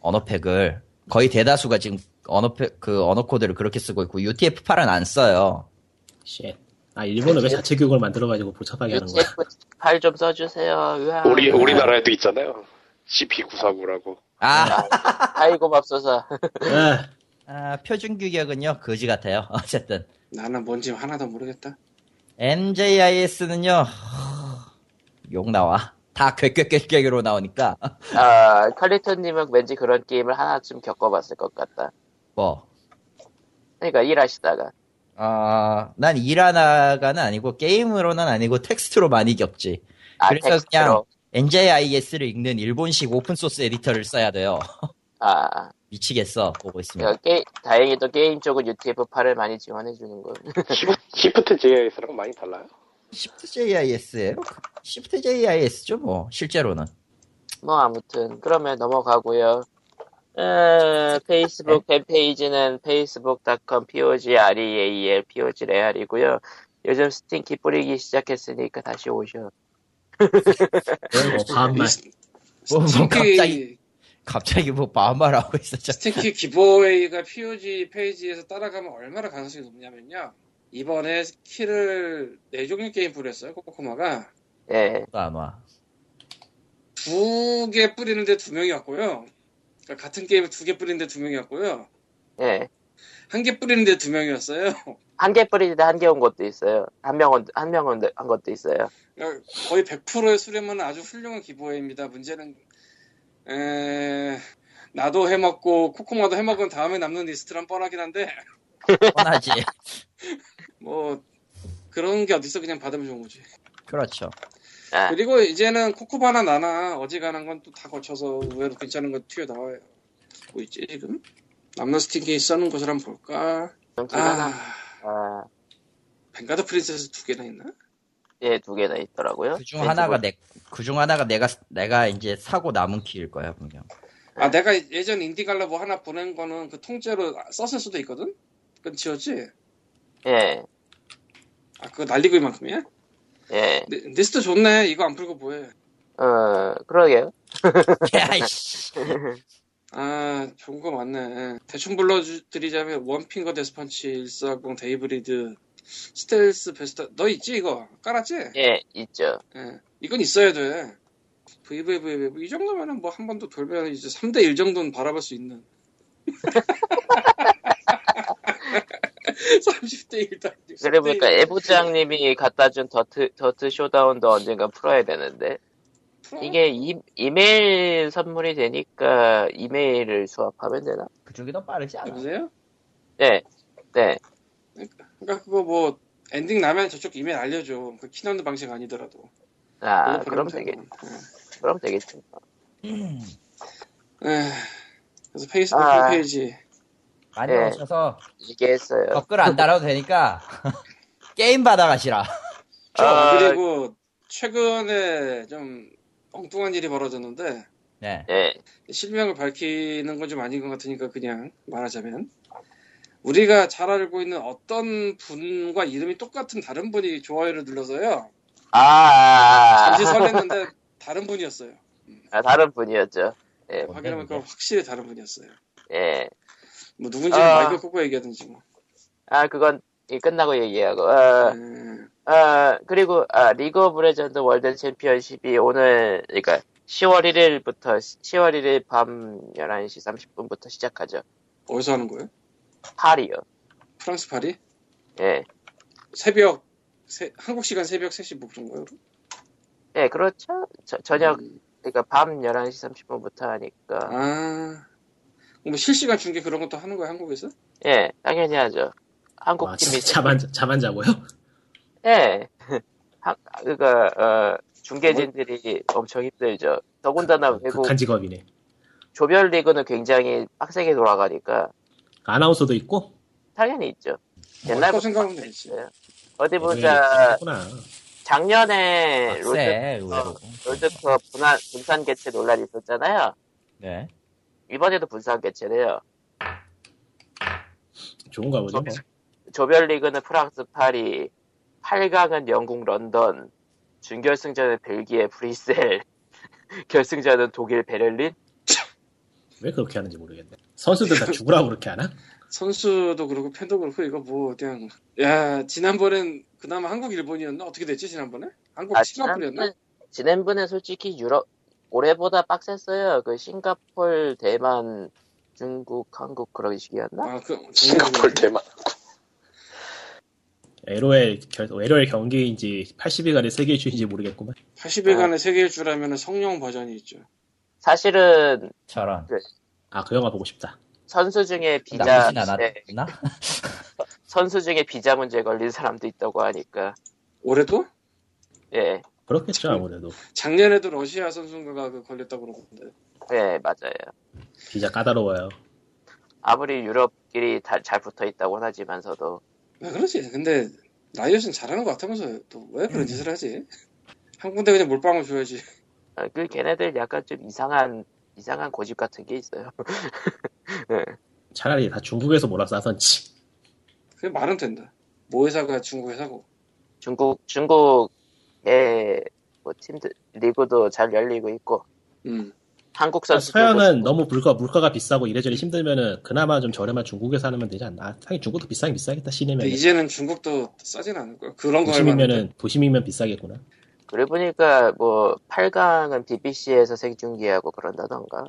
B: 언어팩을. 거의 대다수가 지금 언어팩, 그 언어코드를 그렇게 쓰고 있고, UTF-8은 안 써요.
E: 쉣. 아 일본은 왜 자체 교육을 만들어가지고 복잡하게 하는 거야?
A: UTF-8 좀 써주세요. 으아.
D: 우리 우리나라에도 있잖아요. CP 949라고.
B: 아,
A: 아이고, 맙소사.
E: 아,
B: 아, 표준 규격은요, 거지 같아요. 어쨌든.
C: 나는 뭔지 하나도 모르겠다
B: NJIS는요, 욕 나와. 다 괴괴괴괴로 나오니까.
A: 아, 칼리토님은 왠지 그런 게임을 하나쯤 겪어봤을 것 같다.
B: 뭐,
A: 그러니까 일하시다가.
B: 어, 난 일하나가는 아니고, 게임으로는 아니고, 텍스트로 많이 겹지.
A: 아,
B: 그래서
A: 텍스트로.
B: 그냥 NJIS를 읽는 일본식 오픈소스 에디터를 써야 돼요.
A: 아,
B: 미치겠어 보고 있습니다.
A: 그러니까 게, 다행히도 게임 쪽은 UTF-8을 많이 지원해주는 거.
D: 시프트 JS랑 많이 달라요?
B: Shift JIS예요? Shift JIS죠 뭐 실제로는.
A: 뭐 아무튼 그러면 넘어가고요. 어, 페이스북 팬페이지는 facebook.com E pogreal pogreal이고요. 요즘 스팀 기 뿌리기 시작했으니까 다시 오셔.
E: 뭐 반말.
B: 뭐, 뭐, 갑자기.
C: 스팅키
B: 갑자기 뭐 마음말 하고 있었죠.
C: 스팅키 기보웨이가 POG 페이지에서 따라가면 얼마나 가능성이 높냐면요 이번에 키를 네 종류 게임 뿌렸어요 코코마가
A: 예.
B: 또안 와.
C: 두 개 뿌리는데 두 명이 왔고요 그러니까 같은 게임을 두 개 뿌리는데 두 명이 왔고요
A: 예.
C: 한 개 뿌리는데 두 명이었어요
A: 한 개 뿌리는데 한 개 온 것도 있어요. 한 명 온, 한 명 온 것도 있어요.
C: 그러니까 거의 100%의 수렴은 아주 훌륭한 기보입니다. 문제는 에... 나도 해먹고 코코마도 해먹은 다음에 남는 리스트란 뻔하긴 한데
B: 뻔하지.
C: 뭐 그런 게 어딨어 그냥 받으면 좋은 거지.
B: 그렇죠.
A: 아,
C: 그리고 이제는 코코바나 나나 어지간한 건 또 다 거쳐서 의외로 괜찮은 거 튀어나와요. 뭐 있지 지금? 남는 스팅이 써놓은 것을 한번 볼까?
A: 좀 기간한,
C: 아...
A: 아,
C: 벵가드 프린세스 두 개나 있나?
A: 예, 두 개나 있더라고요.
B: 그 중
A: 뭐.
B: 하나가 내, 그 중 하나가 내가 내가 이제 사고 남은 키일 거야 분명.
C: 아 내가 예전 인디갈라보 뭐 하나 보낸 거는 그 통째로 썼을 수도 있거든? 그건 지웠지?
B: 네.
A: 예,
C: 아 그거 날리고 이만큼이야?
A: 예.
C: 네, 리스트 좋네. 이거 안 풀고 뭐해.
A: 어, 그러게요.
B: 야이씨.
C: 아, 좋은 거 많네. 예. 대충 불러드리자면, 원핑거 데스펀치, 140, 데이브리드, 스텔스 베스트 너 있지 이거 깔았지?
A: 예, 있죠.
C: 예. 이건 있어야 돼. VVVV 이 정도면은 뭐 한 번 더 돌면 이제 3대 1 정도는 바라볼 수 있는 30대 1도 아니고
A: 그래
C: 3대
A: 보니까 에부장님이 갖다 준 더트, 더트 쇼다운도 언젠가 풀어야 되는데.
C: 네.
A: 이게 이, 이메일 선물이 되니까 이메일을 수합하면 되나?
B: 그쪽이 더 빠르지 않아?
C: 여보세요?
A: 네, 네.
C: 그러니까 그거 뭐 엔딩 나면 저쪽 이메일 알려줘 그 키넣는 방식 아니더라도
A: 아,
C: 그거
A: 그럼
C: 보내면
A: 되겠,
C: 되고.
A: 그럼 되겠지.
C: 에, 예. 그래서 페이스북
A: 아.
C: 홈페이지
B: 많이
A: 예.
B: 오셔서
A: 얘기했어요.
B: 댓글 안 달아도 되니까 게임 받아가시라.
C: 저
A: 아.
C: 그리고 최근에 좀 엉뚱한 일이 벌어졌는데
B: 네.
A: 예,
C: 실명을 밝히는 건 좀 아닌 것 같으니까 그냥 말하자면 우리가 잘 알고 있는 어떤 분과 이름이 똑같은 다른 분이 좋아요를 눌러서요
A: 아,
C: 잠시 설렜는데 다른 분이었어요
A: 아, 다른 분이었죠. 예,
C: 확인하면 그건 확실히 다른 분이었어요
A: 예.
C: 뭐 누군지는
A: 아.
C: 마이크 꽂고 얘기하든지 뭐
A: 아, 그건 이 끝나고 얘기하고. 아,
C: 음,
A: 아, 그리고 아, 리그 오브 레전드 월드 챔피언십이 오늘, 그러니까 10월 1일부터 10월 1일 밤 11시 30분부터 시작하죠.
C: 어디서 하는 거예요?
A: 파리요.
C: 프랑스 파리?
A: 예,
C: 새벽 세- 한국 시간 새벽 3시 뭐 그런 거예요?
A: 예, 그렇죠. 저- 저녁
C: 음.
A: 그러니까 밤 11시 30분부터 하니까
C: 아, 뭐 실시간 중계 그런 것도 하는 거야 한국에서?
A: 예 당연히 하죠
E: 와,
C: 아,
A: 한국 팀이
E: 아, 자- 자반 자반 자고요.
A: 예 한- 그러니까 어, 중계진들이 엄청 힘들죠
C: 그,
A: 더군다나 외국
E: 극한 직업이네.
A: 조별 리그는 굉장히 빡세게 돌아가니까
E: 아나운서도 있고.
A: 당연히 있죠
C: 그거
A: 옛날부터
C: 뭐 생각하면 되지
A: 빡세요. 어디
E: 예전에
A: 보자
E: 있었구나.
B: 아,
A: 작년에 롤드,
B: 빡세 의외로.
A: 롤드컵 분산, 분산 개최 논란이 있었잖아요
B: 네.
A: 이번에도 분산 개최래요
E: 좋은가 보죠. 뭐.
A: 조별리그는 프랑스 파리, 8강은 영국 런던, 준결승전은 벨기에 브뤼셀, 결승전은 독일 베를린.
C: 어,
E: 왜 그렇게 하는지 모르겠네. 선수들 다 죽으라고 그렇게 하나?
C: 선수도 그렇고 팬도 그렇고 이거 뭐 그냥 야 지난번엔 그나마 한국 일본이었나 어떻게 됐지 지난번에 한국 싱가포르였나
A: 아, 지난번에- 지난번에 솔직히 유럽 올해보다 빡셌어요. 그 싱가폴, 대만, 중국, 한국 그런 식이었나?
C: 아그 음,
D: 싱가폴 대만
E: LOL, 결, LOL 경기인지 80일간의 세계주의인지 모르겠구만.
C: 80일간의 세계일주라면 성룡 버전이 있죠
A: 사실은
B: 저런.
E: 아, 그 영화 보고 싶다.
A: 선수 중에 비자
B: 나쁘진
A: 문제-
B: 않았나?
A: 선수 중에 비자 문제 걸린 사람도 있다고 하니까
C: 올해도
A: 예,
E: 그렇겠죠, 아무래도.
C: 작년에도 러시아 선수가 그 걸렸다고 그러는데
A: 예 맞아요.
E: 비자 까다로워요.
A: 아무리 유럽끼리 다, 잘 붙어 있다고는 하지만서도
C: 왜 그러지 근데 라이엇은 잘하는 것 같으면서 또 왜 그런 짓을 하지 한 군데 그냥 몰빵을 줘야지
A: 아, 그 걔네들 약간 좀 이상한 이상한 고집 같은 게 있어요.
E: 차라리 다 중국에서 몰아서 하던지.
C: 그게 말은 된다 모 회사가 중국 회사고
A: 중국 중국의 뭐 팀들 리그도 잘 열리고 있고
C: 음
A: 한국 뭐
E: 그러니까
A: 선수
E: 서양은 너무 물가, 물가가 비싸고 이래저래 힘들면은 그나마 좀 저렴한 중국에서 하면 되지 않나. 아, 당연히 중국도 비싸긴 비싸겠다,
C: 근데
E: 시내면.
C: 이제는 중국도 싸진 않을 거야 그런 거에 만한
E: 도심이면은, 도심이면 비싸겠구나.
A: 그래 보니까 뭐 8강은 BBC에서 생중계하고 그런다던가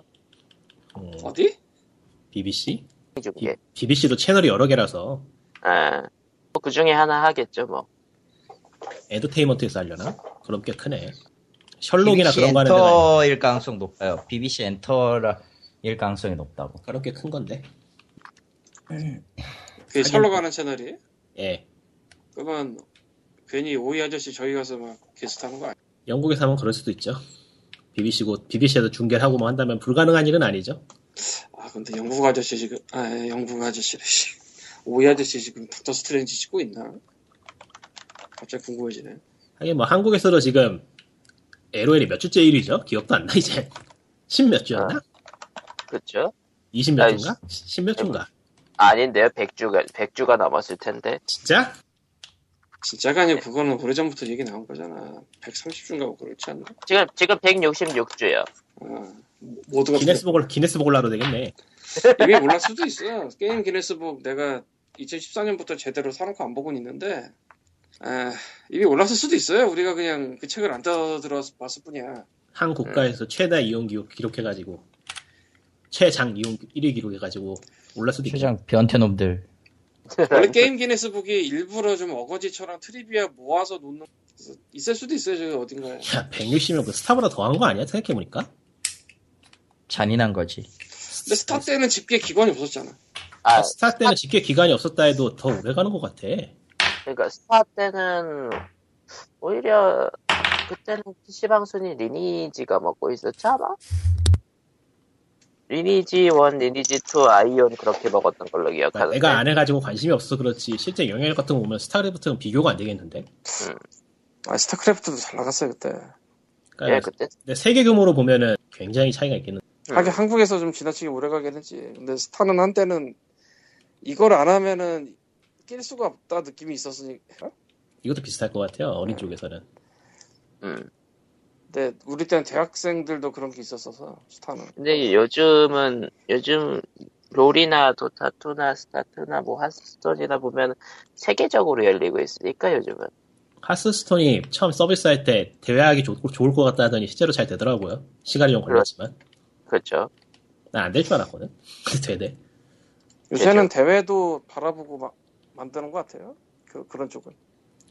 E: 음,
C: 어디
E: BBC? 비,
A: 생중계.
E: BBC도 채널이 여러 개라서
A: 아, 뭐그 중에 하나 하겠죠 뭐.
E: 엔터테인먼트에서 하려나? 그럼 꽤 크네. 셜록이나
B: BBC
E: 그런 거 하는 데가 아니라
B: 엔터일 가능성 높아요. BBC 엔터일 가능성이 높다고.
E: 그럼 꽤 큰 건데.
C: 그게 샬로 가는 채널이
E: 예.
C: 그러면 괜히 오이 아저씨 저희 가서 막 게스트 하는 거 아니야?
E: 영국에서 하면 그럴 수도 있죠. BBC고 BBC에서 중계를 하고 뭐 한다면 불가능한 일은 아니죠.
C: 아 근데 영국 아저씨 지금 아 예, 영국 아저씨래 씨. 오이 아저씨 지금 닥터 스트레인지 찍고 있나? 갑자기 궁금해지네.
E: 하긴 뭐 한국에서도 지금 LOL이 몇 주째 1위죠? 기억도 안 나 이제. 10 몇 주였나?
A: 그렇죠?
E: 20 몇
A: 아, 아이,
E: 주인가? 10 몇 주인가?
A: 아닌데요. 100주가 100주가 넘었을 텐데.
E: 진짜?
C: 진짜가 아니고 그거는 오래전부터 얘기 나온 거잖아. 130주인가 뭐 그렇지 않나?
A: 지금 지금 166주예요.
C: 아, 모두가
E: 기네스북을 기네스북을 나로 되겠네.
C: 이미 몰랐을 수도 있어. 게임 기네스북 뭐 내가 2014년부터 제대로 사놓고 안 보고는 있는데 에, 이미 올랐을 수도 있어요. 우리가 그냥 그 책을 안 떠들어서 봤을 뿐이야.
E: 한 국가에서
A: 네.
E: 최다 이용 기록 기록해가지고 최장 이용 1위 기록해가지고 올랐을 수도 있고
B: 최장 변태놈들.
C: 원래 게임 기네스북이 일부러 좀 어거지처럼 트리비아 모아서 놓는 그래서 있을 수도 있어요. 저기 어딘가에.
E: 야 160이면 그 스타보다 더한 거 아니야 생각해보니까
B: 잔인한 거지.
C: 근데 스타 때는 집계 기관이 없었잖아.
A: 아,
E: 스타 때는 집계 기간이 없었다 해도 더 오래 가는 것 같아
A: 그러니까 스타 때는 오히려 그때는 PC방 순위 리니지가 먹고 있었지 아마? 리니지 1, 리니지 2, 아이온 그렇게 먹었던 걸로
E: 그러니까
A: 기억하는데
E: 내가 안 해가지고 관심이 없어 그렇지 실제 영향력 같은 거 보면 스타크래프트는 비교가 안 되겠는데
C: 아 스타크래프트도 잘 나갔어요 그때.
A: 예,
E: 그러니까
A: 그때
E: 근데 세계 규모로 보면은 굉장히 차이가 있겠는
C: 하긴 한국에서 좀 지나치게 오래 가긴 했지. 근데 스타는 한때는 이걸 안 하면은 낄 수가 없다 느낌이 있었으니까. 어?
E: 이것도 비슷할 것 같아요 어린 쪽에서는
A: 음.
C: 근데 우리 때는 대학생들도 그런 게 있었어서 스타는.
A: 근데 요즘은 요즘 롤이나 도타2나 스타트나 뭐 하스스톤이나 보면 세계적으로 열리고 있으니까 요즘은
E: 하스스톤이 처음 서비스 할 때 대회하기 좋, 좋을 것 같다 하더니 실제로 잘 되더라고요 시간이 좀 걸렸지만
A: 그렇죠
E: 난 안 될 줄 알았거든 근데 되네
C: 요새는 대회도 바라보고 막 만드는 것 같아요. 그 그런 쪽은.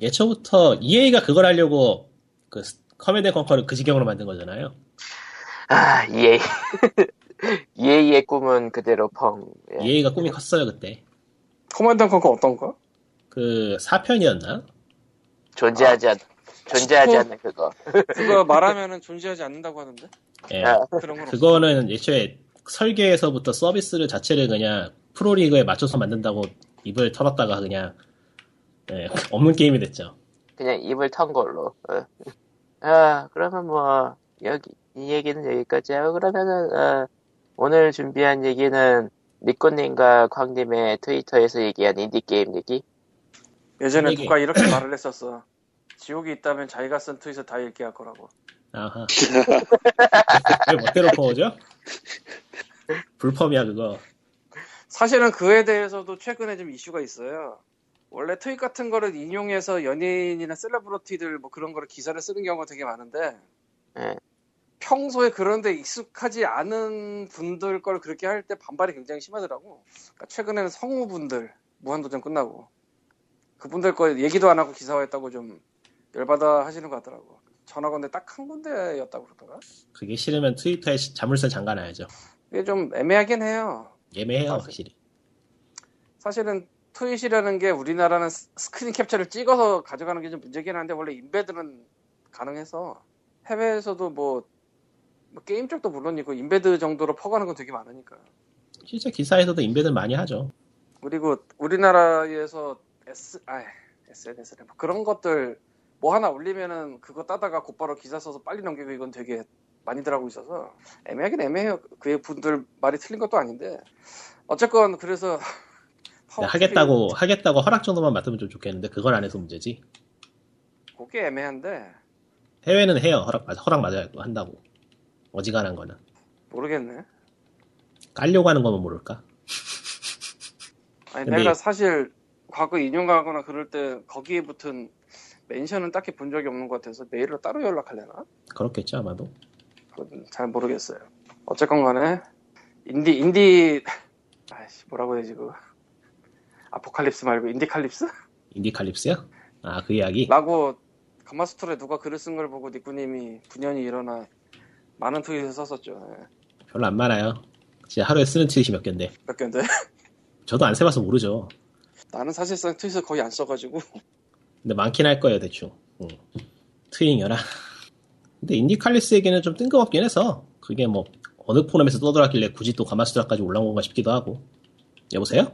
E: 예초부터 EA가 그걸 하려고 그 스- 커맨드 앤 컨커를 그 지경으로 만든 거잖아요
A: 아 EA EA의 꿈은 그대로 펑 예.
E: EA가 꿈이 컸어요 그때
C: 커맨드 컨커 어떤가?
E: 그 4편이었나?
A: 존재하지 않 존재하지
C: 어.
A: 않는 그거
C: 그거 말하면은 존재하지 않는다고 하는데.
E: 예.
A: 아.
C: 그런 건 없어.
E: 그거는 애초에 설계에서부터 서비스를 자체를 그냥 프로리그에 맞춰서 만든다고 입을 털었다가 그냥 예, 없는 게임이 됐죠.
A: 그냥 입을 턴 걸로. 어. 아, 그러면 뭐, 여기, 이 얘기는 여기까지 하고, 그러면은, 어, 오늘 준비한 얘기는, 니꼬님과 광님의 트위터에서 얘기한 인디게임 얘기?
C: 예전에
E: 얘기.
C: 누가 이렇게 말을 했었어. 지옥이 있다면 자기가 쓴 트윗을 다 읽게 할 거라고.
E: 아하. 왜 멋대로 퍼오죠? 불펌이야 그거.
C: 사실은 그에 대해서도 최근에 좀 이슈가 있어요. 원래 트윗 같은 거를 인용해서 연예인이나 셀레브리티들 뭐 그런 거를 기사를 쓰는 경우가 되게 많은데
A: 예.
C: 평소에 그런데 익숙하지 않은 분들 걸 그렇게 할 때 반발이 굉장히 심하더라고. 그러니까 최근에는 성우분들 무한도전 끝나고 그분들 거 얘기도 안 하고 기사화했다고 좀 열받아 하시는 것 같더라고. 전화 건데 딱 한 군데였다고 그러더라.
E: 그게 싫으면 트위터에 시- 자물쇠 잠가놔야죠.
C: 이게 좀 애매하긴 해요.
E: 예매해요 확실히.
C: 사실은 트윗이라는 게 우리나라는 스- 스크린 캡처를 찍어서 가져가는 게 좀 문제긴 한데 원래 인베드는 가능해서 해외에서도 뭐, 뭐 게임 쪽도 물론이고 인베드 정도로 퍼가는 건 되게 많으니까
E: 실제 기사에서도 인베드 많이 하죠.
C: 그리고 우리나라에서 S 아 SNS 뭐 그런 것들 뭐 하나 올리면은 그거 따다가 곧바로 기사 써서 빨리 넘기고 이건 되게 많이들 하고 있어서 애매하긴 애매해요 그 분들 말이 틀린 것도 아닌데 어쨌건 그래서 그
E: 근데 네, 하겠다고 하겠다고 허락 정도만 맡으면 좀 좋겠는데 그걸 안 해서 문제지.
C: 그게 애매한데
E: 해외는 해요 허락 맞- 허락 맞아야 한다고. 어지간한 거는
C: 모르겠네
E: 깔려고 하는 거면 모를까.
C: 아니
E: 근데-
C: 내가 사실 과거 인용하거나 그럴 때 거기에 붙은 멘션은 딱히 본 적이 없는 것 같아서 메일로 따로 연락하려나?
E: 그렇겠죠 아마도.
C: 그건 잘 모르겠어요. 어쨌건 간에 인디 인디 아이씨 뭐라고 해야 지 그거 아포칼립스 말고 인디칼립스?
E: 인디칼립스요? 아 그 이야기?
C: 라고 가마스토에 누가 글을 쓴 걸 보고 니꾸님이 분연히 일어나 많은 트윗을 썼었죠. 예.
E: 별로 안 많아요 진짜 하루에 쓰는 트윗이 몇 개인데
C: 몇 개인데
E: 저도 안 세봐서 모르죠
C: 나는 사실상 트윗을 거의 안 써가지고
E: 근데 많긴 할 거예요 대충 음. 트윙여라 근데 인디칼립스 얘기는 좀 뜬금없긴 해서 그게 뭐 어느 포럼에서 떠들었길래 굳이 또 가마수라까지 올라온 건가 싶기도 하고 여보세요?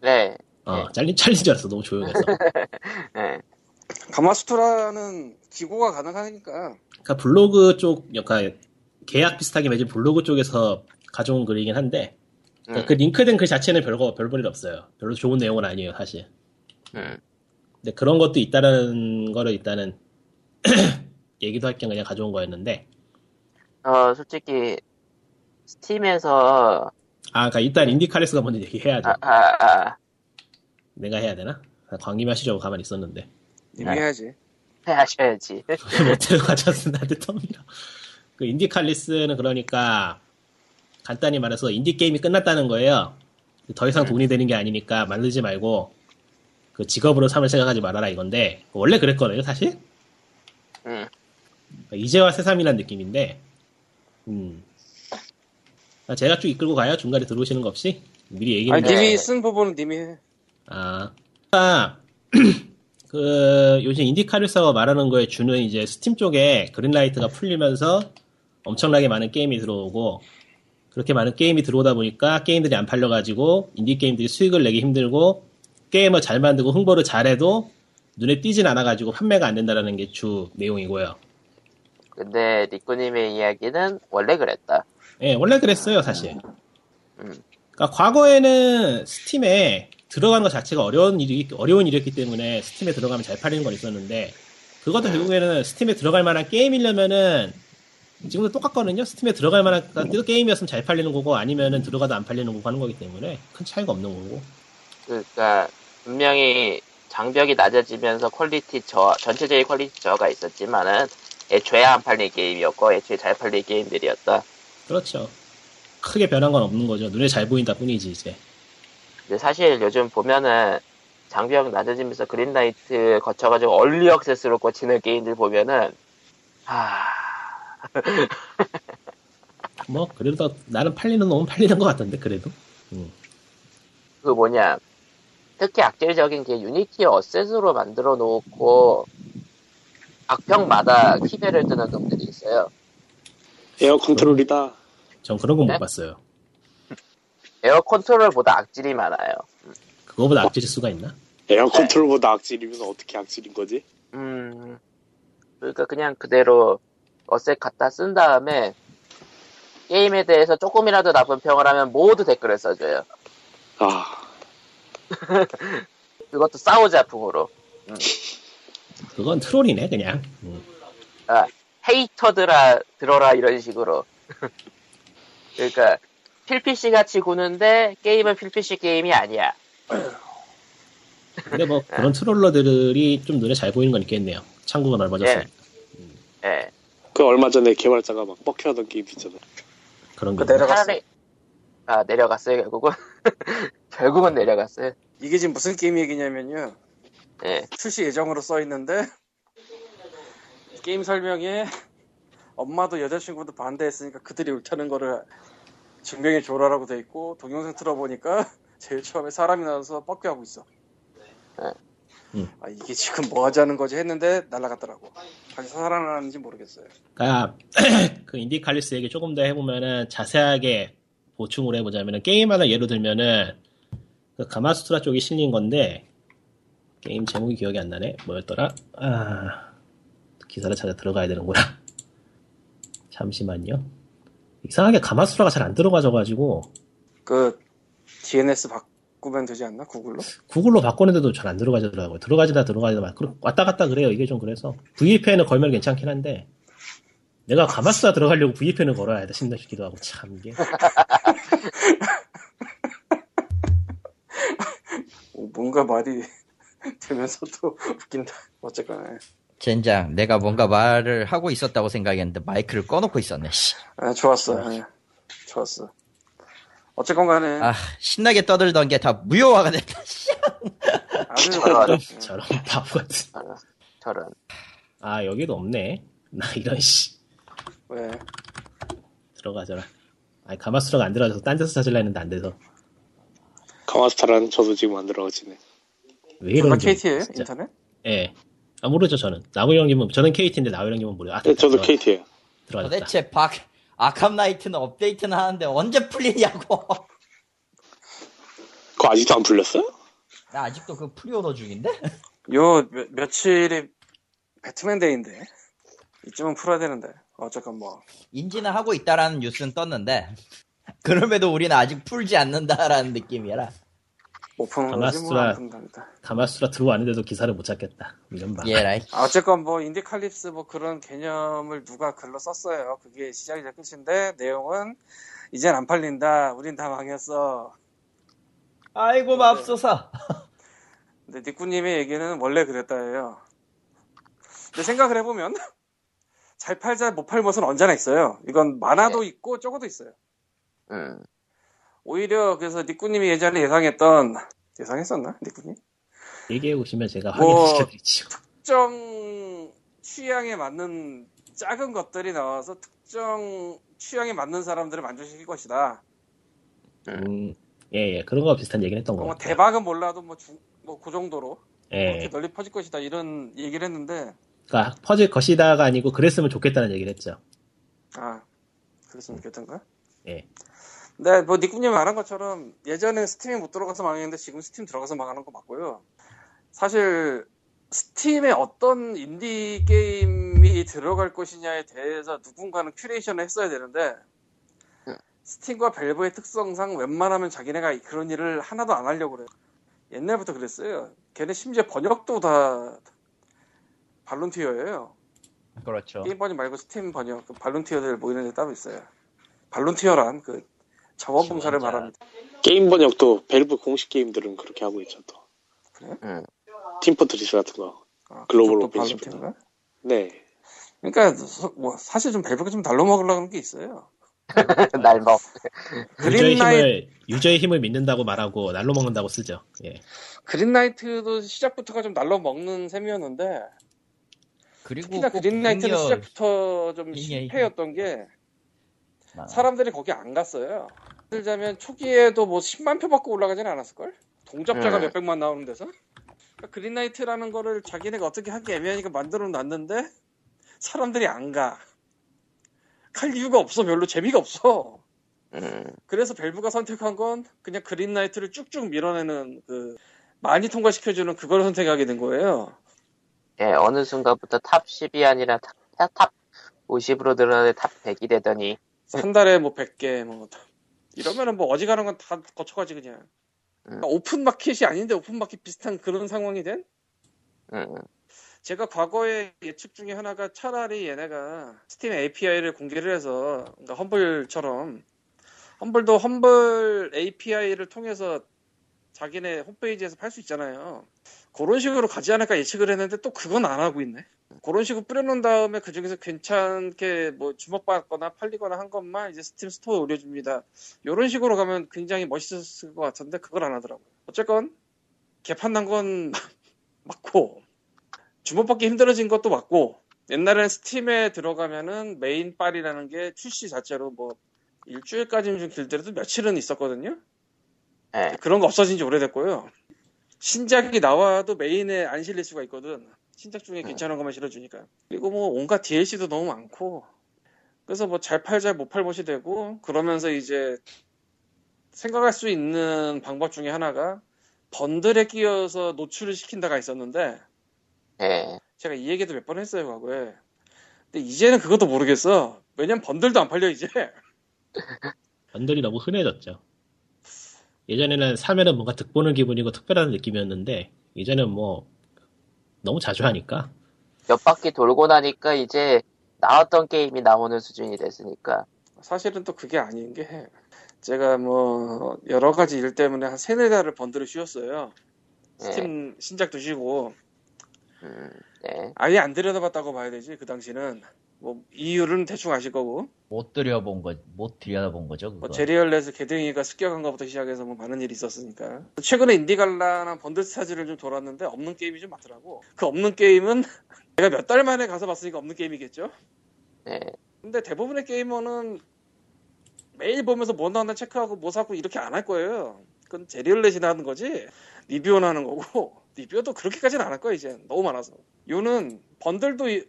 A: 네,
E: 어 잘린, 잘린 줄 알았어 너무 조용해서
A: 네.
C: 가마스토라는 기고가 가능하니까
E: 그러니까 블로그 쪽 약간 계약 비슷하게 맺은 블로그 쪽에서 가져온 글이긴 한데
A: 음.
E: 그러니까 그 링크된 글 자체는 별거 별 볼일 없어요 별로 좋은 내용은 아니에요 사실
A: 음.
E: 근데 그런 것도 있다는 거를 일단은 얘기도 할 겸 그냥 가져온 거였는데
A: 어, 솔직히, 스팀에서,
E: 아 그러니까 일단 인디칼리스가 먼저 얘기해야죠
A: 아, 아, 아,
E: 내가 해야 되나? 광님 하시려고 가만히 있었는데
C: 이미 해야지.
A: 하셔야지.
E: 못해도 가져서 나한테 텀이라. 그 인디 칼리스는 그러니까 간단히 말해서 인디 게임이 끝났다는 거예요. 더 이상 돈이 되는 게 아니니까 만들지 말고 그 직업으로 삶을 생각하지 말아라 이건데 원래 그랬거든요 사실.
A: 응.
E: 그러니까 이제와 새삼이란 느낌인데, 음. 아, 제가 쭉 이끌고 가요? 중간에 들어오시는 거 없이? 미리 얘기는
C: 아니
A: 네.
C: 님이 쓴 부분은 님이 해.
E: 아, 아, 그 요즘 인디카리스가 말하는 거에 주는 이제 스팀 쪽에 그린라이트가 풀리면서 엄청나게 많은 게임이 들어오고 그렇게 많은 게임이 들어오다 보니까 게임들이 안 팔려가지고 인디 게임들이 수익을 내기 힘들고 게임을 잘 만들고 홍보를 잘해도 눈에 띄진 않아가지고 판매가 안 된다라는 게 주 내용이고요.
A: 근데 리코님의 이야기는 원래 그랬다.
E: 예, 원래 그랬어요, 사실.
A: 음.
E: 그러니까 과거에는 스팀에 들어가는 것 자체가 어려운 일이 어려운 일이었기 때문에 스팀에 들어가면 잘 팔리는 건 있었는데 그것도 결국에는 스팀에 들어갈 만한 게임이려면은 지금도 똑같거든요. 스팀에 들어갈 만한 그러니까 게임이었으면 잘 팔리는 거고 아니면은 들어가도 안 팔리는 거고 하는 거기 때문에 큰 차이가 없는 거고.
A: 그러니까 분명히 장벽이 낮아지면서 퀄리티 저 전체적인 퀄리티 저가 있었지만은 애초에 안 팔린 게임이었고 애초에 잘 팔린 게임들이었다.
E: 그렇죠. 크게 변한 건 없는 거죠. 눈에 잘 보인다 뿐이지 이제.
A: 근데 사실 요즘 보면은 장벽 낮아지면서 그린라이트 거쳐가지고 얼리 억세스로 꽂히는 게임들 보면은 아
E: 뭐 그래도 나는 팔리는 놈은 팔리는 것 같던데 그래도. 음.
A: 그 뭐냐 특히 악질적인 게 유니티 어셋으로 만들어 놓고 악평마다 키베를 뜨는 놈들이 있어요.
D: 에어 컨트롤이다.
E: 전 그런 건 못
A: 네?
E: 봤어요.
A: 에어 컨트롤보다 악질이 많아요.
E: 그거보다 악질 수가 있나?
D: 에어 컨트롤보다 악질이면 어떻게 악질인 거지?
A: 음, 그러니까 그냥 그대로 어셋 갖다 쓴 다음에 게임에 대해서 조금이라도 나쁜 평을 하면 모두 댓글을 써줘요.
D: 아,
A: 그것도 싸우자풍으로.
E: 그건 트롤이네 그냥. 음.
A: 헤이터들아 들어라 이런 식으로 그러니까 필피씨 같이 구는데 게임은 필피씨 게임이 아니야
E: 근데 뭐 그런 트롤러들이 좀 눈에 잘 보이는 건 있겠네요. 창구가 넓어졌으니까
A: 예
D: 그 얼마 전에 개발자가 막 뻑해하던 게임 있잖아.
E: 그런 게.
C: 그 내려갔어요.
A: 차라리 아 내려갔어요 결국은 결국은 내려갔어요
C: 이게 지금 무슨 게임 얘기냐면요.
A: 예
C: 출시 예정으로 써 있는데 게임 설명에 엄마도 여자친구도 반대했으니까 그들이 옳다는 거를 증명해 줘라라고 돼 있고 동영상 틀어보니까 제일 처음에 사람이 나와서 뻑큐하고 있어.
E: 음.
C: 아 이게 지금 뭐 하자는 거지 했는데 날아갔더라고. 다시 살아나는지 모르겠어요.
E: 그러니까 그 인디칼리스 얘기 조금 더 해보면은 자세하게 보충을 해보자면은 게임 하나 예로 들면은 그 가마수트라 쪽이 실린 건데 게임 제목이 기억이 안 나네. 뭐였더라? 아 기사를 찾아 들어가야 되는구나. 잠시만요. 이상하게 가마수라가 잘 안 들어가져가지고
C: 그 DNS 바꾸면 되지 않나 구글로?
E: 구글로 바꾸는데도 잘 안 들어가지더라고요. 들어가지다 들어가지다 막 그러- 왔다 갔다 그래요. 이게 좀 그래서 VPN을 걸면 괜찮긴 한데 내가 가마스다 들어가려고 VPN을 걸어야 돼 신나 싶기도 하고 참 이게
C: 오, 뭔가 말이 되면서 또 웃긴다. 어쨌거나 예.
B: 젠장, 내가 뭔가 말을 하고 있었다고 생각했는데 마이크를 꺼놓고 있었네. 씨.
C: 아, 좋았어. 예. 좋았어. 어쨌건 간에
B: 아, 신나게 떠들던 게 다 무효화가 됐다. 씨.
C: 아주
A: 저런
E: 저런 바보 같은
A: 저런
E: 아 여기도 없네 나 이런 씨
C: 왜
E: 들어가져라 아니 가마스라가 안 들어가서 딴 데서 찾으려 했는데 안 돼서
D: 가마스타라는 저도 지금 안 들어가지네.
E: 왜
C: 둘다
E: 이러는지
C: KT예요
E: 모르겠어요, 진짜.
C: 인터넷?
E: 예. 아 모르죠 저는 나우영 님은 저는 KT인데 나우영 님은 모르요 아
D: 네,
E: 됐다,
D: 저도
E: 들어가-
D: KT예요.
E: 들어가졌다
B: 도대체 박, 아캄나이트는 업데이트는 하는데 언제 풀리냐고.
D: 그거 아직도 안 풀렸어요?
B: 나 아직도 그 프리오더 중인데?
C: 요 며, 며칠이 배트맨 데이인데 이쯤은 풀어야 되는데 어쨌건 뭐
B: 인지는 하고 있다라는 뉴스는 떴는데. 그럼에도 우리는 아직 풀지 않는다라는 느낌이라.
C: 못 푸는 거지
E: 가마스라.
C: 뭐안 푼답니다.
E: 가마스라 들어왔는데도 기사를 못 찾겠다 이런 말
B: 예라이.
C: 아, 어쨌건 뭐 인디칼립스 뭐 그런 개념을 누가 글로 썼어요. 그게 시작이자 끝인데 내용은 이젠 안 팔린다. 우린 다 망했어.
B: 아이고 맙소사.
C: 근데 니꾸님의 얘기는 원래 그랬다예요. 근데 생각을 해보면 잘 팔자 못 팔못은 언제나 있어요. 이건 많아도 있고 적어도 있어요.
A: 음.
C: 오히려 그래서 니꾸님이 예전에 예상했던 예상했었나 니꾸님?
E: 얘기해 보시면 제가
C: 뭐-
E: 확인시켜드리죠.
C: 특정 취향에 맞는 작은 것들이 나와서 특정 취향에 맞는 사람들을 만족시킬 것이다.
E: 음, 예, 예. 그런 거 비슷한 얘기는 했던 것
C: 뭐
E: 같아요.
C: 대박은 몰라도 뭐, 중- 뭐그 정도로
E: 예.
C: 그렇게 널리 퍼질 것이다 이런 얘기를 했는데
E: 그러니까 퍼질 것이다가 아니고 그랬으면 좋겠다는 얘기를 했죠.
C: 아 그랬으면 좋겠던가?
E: 예.
C: 네, 뭐 니꾸님 말한 것처럼 예전에 스팀이 못 들어가서 망했는데 지금 스팀 들어가서 망하는 거 맞고요. 사실 스팀에 어떤 인디 게임이 들어갈 것이냐에 대해서 누군가는 큐레이션을 했어야 되는데 스팀과 밸브의 특성상 웬만하면 자기네가 그런 일을 하나도 안 하려고 그래요. 옛날부터 그랬어요. 걔네 심지어 번역도 다 발론티어예요.
B: 그렇죠.
C: 게임 번역 말고 스팀 번역, 그 발론티어들 모이는 데 따로 있어요. 발론티어란 그 자원봉사를
E: 지원자.
C: 말합니다.
D: 게임 번역도 밸브 공식 게임들은 그렇게 하고 있죠 또.
C: 그래요? 네.
A: 응.
D: 팀포트리스 같은 거.
C: 아,
D: 글로벌
C: 그쪽도
D: 오픈시프.
C: 발론티어인가?
D: 네.
C: 그러니까 서- 뭐 사실 좀 밸브가 좀 날로 먹으려는 게 있어요.
A: 그 날 뭐, 먹.
E: 유저의
C: 그린라이트
E: 힘을 유저의 힘을 믿는다고 말하고 날로 먹는다고 쓰죠. 예.
C: 그린라이트도 시작부터가 좀 날로 먹는 셈이었는데
B: 그리고
C: 특히나
B: 꼭
C: 그러니까 그린라이트는
B: 능력-
C: 시작부터 좀
B: 이게-
C: 실패였던 게
B: 아,
C: 사람들이 거기 안 갔어요. 들자면 초기에도 뭐 10만 표 받고 올라가진 않았을걸? 동접자가
A: 네.
C: 몇백만 나오는 데서? 그러니까 그린라이트라는 거를 자기네가 어떻게 하기 애매하니까 만들어 놨는데 사람들이 안 가. 갈 이유가 없어. 별로 재미가 없어.
A: 음.
C: 그래서 밸브가 선택한 건 그냥 그린라이트를 쭉쭉 밀어내는 그 많이 통과시켜주는 그걸 선택하게 된 거예요.
A: 예, 어느 순간부터 탑 10이 아니라 탑, 탑- 탑 50으로 늘어나는 탑 100이 되더니
C: 그래서 한 달에 뭐 100개 뭐 다. 이러면은 뭐 어지간한 건 다 거쳐가지 그냥. 그러니까 오픈 마켓이 아닌데 오픈 마켓 비슷한 그런 상황이 된?
A: 음,
C: 제가 과거에 예측 중에 하나가 차라리 얘네가 스팀 API를 공개를 해서 그러니까 험블처럼 험블도 험블 API를 통해서 자기네 홈페이지에서 팔 수 있잖아요. 그런 식으로 가지 않을까 예측을 했는데 또 그건 안 하고 있네. 그런 식으로 뿌려놓은 다음에 그 중에서 괜찮게 뭐 주목받거나 팔리거나 한 것만 이제 스팀 스토어에 올려줍니다. 이런 식으로 가면 굉장히 멋있었을 것 같은데 그걸 안 하더라고요. 어쨌건 개판 난 건 맞고 주목받기 힘들어진 것도 맞고 옛날엔 스팀에 들어가면은 메인 빨이라는 게 출시 자체로 뭐 일주일까지는 좀 길더라도 며칠은 있었거든요.
A: 예,
C: 그런 거 없어진 지 오래됐고요. 신작이 나와도 메인에 안 실릴 수가 있거든. 신작 중에 괜찮은 것만 실어주니까. 그리고 뭐 온갖 DLC도 너무 많고. 그래서 뭐 잘 팔자 못 팔못이 되고 그러면서 이제 생각할 수 있는 방법 중에 하나가 번들에 끼어서 노출을 시킨다가 있었는데
A: 예,
C: 제가 이 얘기도 몇 번 했어요 과거에. 근데 이제는 그것도 모르겠어. 왜냐면 번들도 안 팔려 이제.
E: 번들이 너무 흔해졌죠. 예전에는 사면은 뭔가 득보는 기분이고 특별한 느낌이었는데 이제는 뭐 너무 자주 하니까
A: 몇 바퀴 돌고 나니까 이제 나왔던 게임이 나오는 수준이 됐으니까
C: 사실은 또 그게 아닌 게 제가 뭐 여러 가지 일 때문에 한 세네 달을 번들을 쉬었어요. 스팀 신작도 쉬고
A: 음, 예,
C: 아예 안 들여다봤다고 봐야 되지 그 당시는 뭐 이유는 대충 아실 거고
B: 못 들여본 거, 못 들여다본 거죠. 그거.
C: 뭐 제리얼렛의 개등이가 습격한 것부터 시작해서 뭐 많은 일이 있었으니까 최근에 인디갈라나 번들 스타즈를 좀 돌았는데 없는 게임이 좀 많더라고 그 없는 게임은 내가 몇 달 만에 가서 봤으니까 없는 게임이겠죠
A: 예,
C: 근데 대부분의 게이머는 매일 보면서 뭐 나왔나 체크하고 뭐 사고 이렇게 안 할 거예요. 그건 제리얼렛이나 하는 거지 리뷰는 하는 거고 리뷰도 그렇게까지는 안 할 거야 이제 너무 많아서. 요는 번들도 이-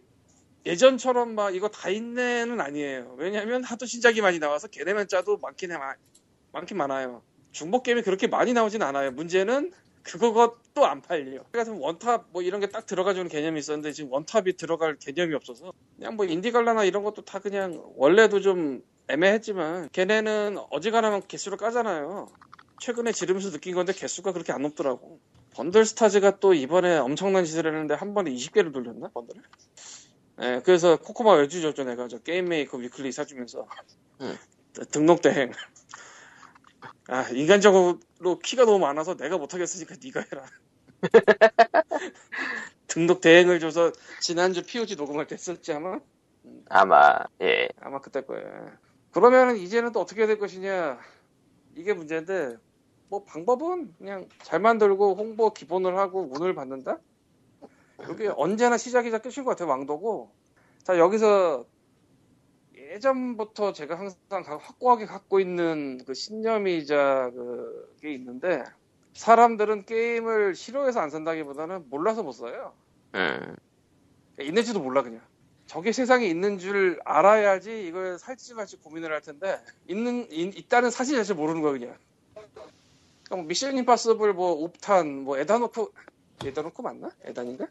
C: 예전처럼 막 이거 다 있네는 아니에요. 왜냐하면 하도 신작이 많이 나와서 걔네만 짜도 많긴 해 많긴 많아요. 중복 게임이 그렇게 많이 나오진 않아요. 문제는 그것도 안 팔려. 그래서 원탑 뭐 이런 게 딱 들어가주는 개념이 있었는데 지금 원탑이 들어갈 개념이 없어서 그냥 뭐 인디갈라나 이런 것도 다 그냥 원래도 좀 애매했지만 걔네는 어지간하면 개수를 까잖아요. 최근에 지르면서 느낀 건데 개수가 그렇게 안 높더라고. 번들스타즈가 또 이번에 엄청난 짓을 했는데 한 번에 20개를 돌렸나 번들을? 예, 그래서 코코마 외주줬죠 내가 저 게임메이커 위클리 사주면서
A: 응.
C: 등록 대행. 아 인간적으로 키가 너무 많아서 내가 못하겠으니까 네가 해라. 등록 대행을 줘서 지난주 POG 녹음할 때 썼지 아마?
A: 아마 예
C: 아마 그때 거예요. 그러면은 이제는 또 어떻게 해야 될 것이냐 이게 문제인데 뭐 방법은 그냥 잘 만들고 홍보 기본을 하고 운을 받는다. 여기 언제나 시작이자 끝인 것 같아요 왕도고. 자 여기서 예전부터 제가 항상 가- 확고하게 갖고 있는 그 신념이자 그게 있는데 사람들은 게임을 싫어해서 안 산다기보다는 몰라서 못 사요.
A: 음,
C: 있는지도 몰라 그냥. 저게 세상에 있는 줄 알아야지 이걸 살지 말지 고민을 할 텐데 있는 있- 있다는 사실 자체 모르는 거야 그냥. 그러니까 뭐 미션 임파서블 뭐 옵탄 뭐 에다노크 에다노크 맞나? 에단인가?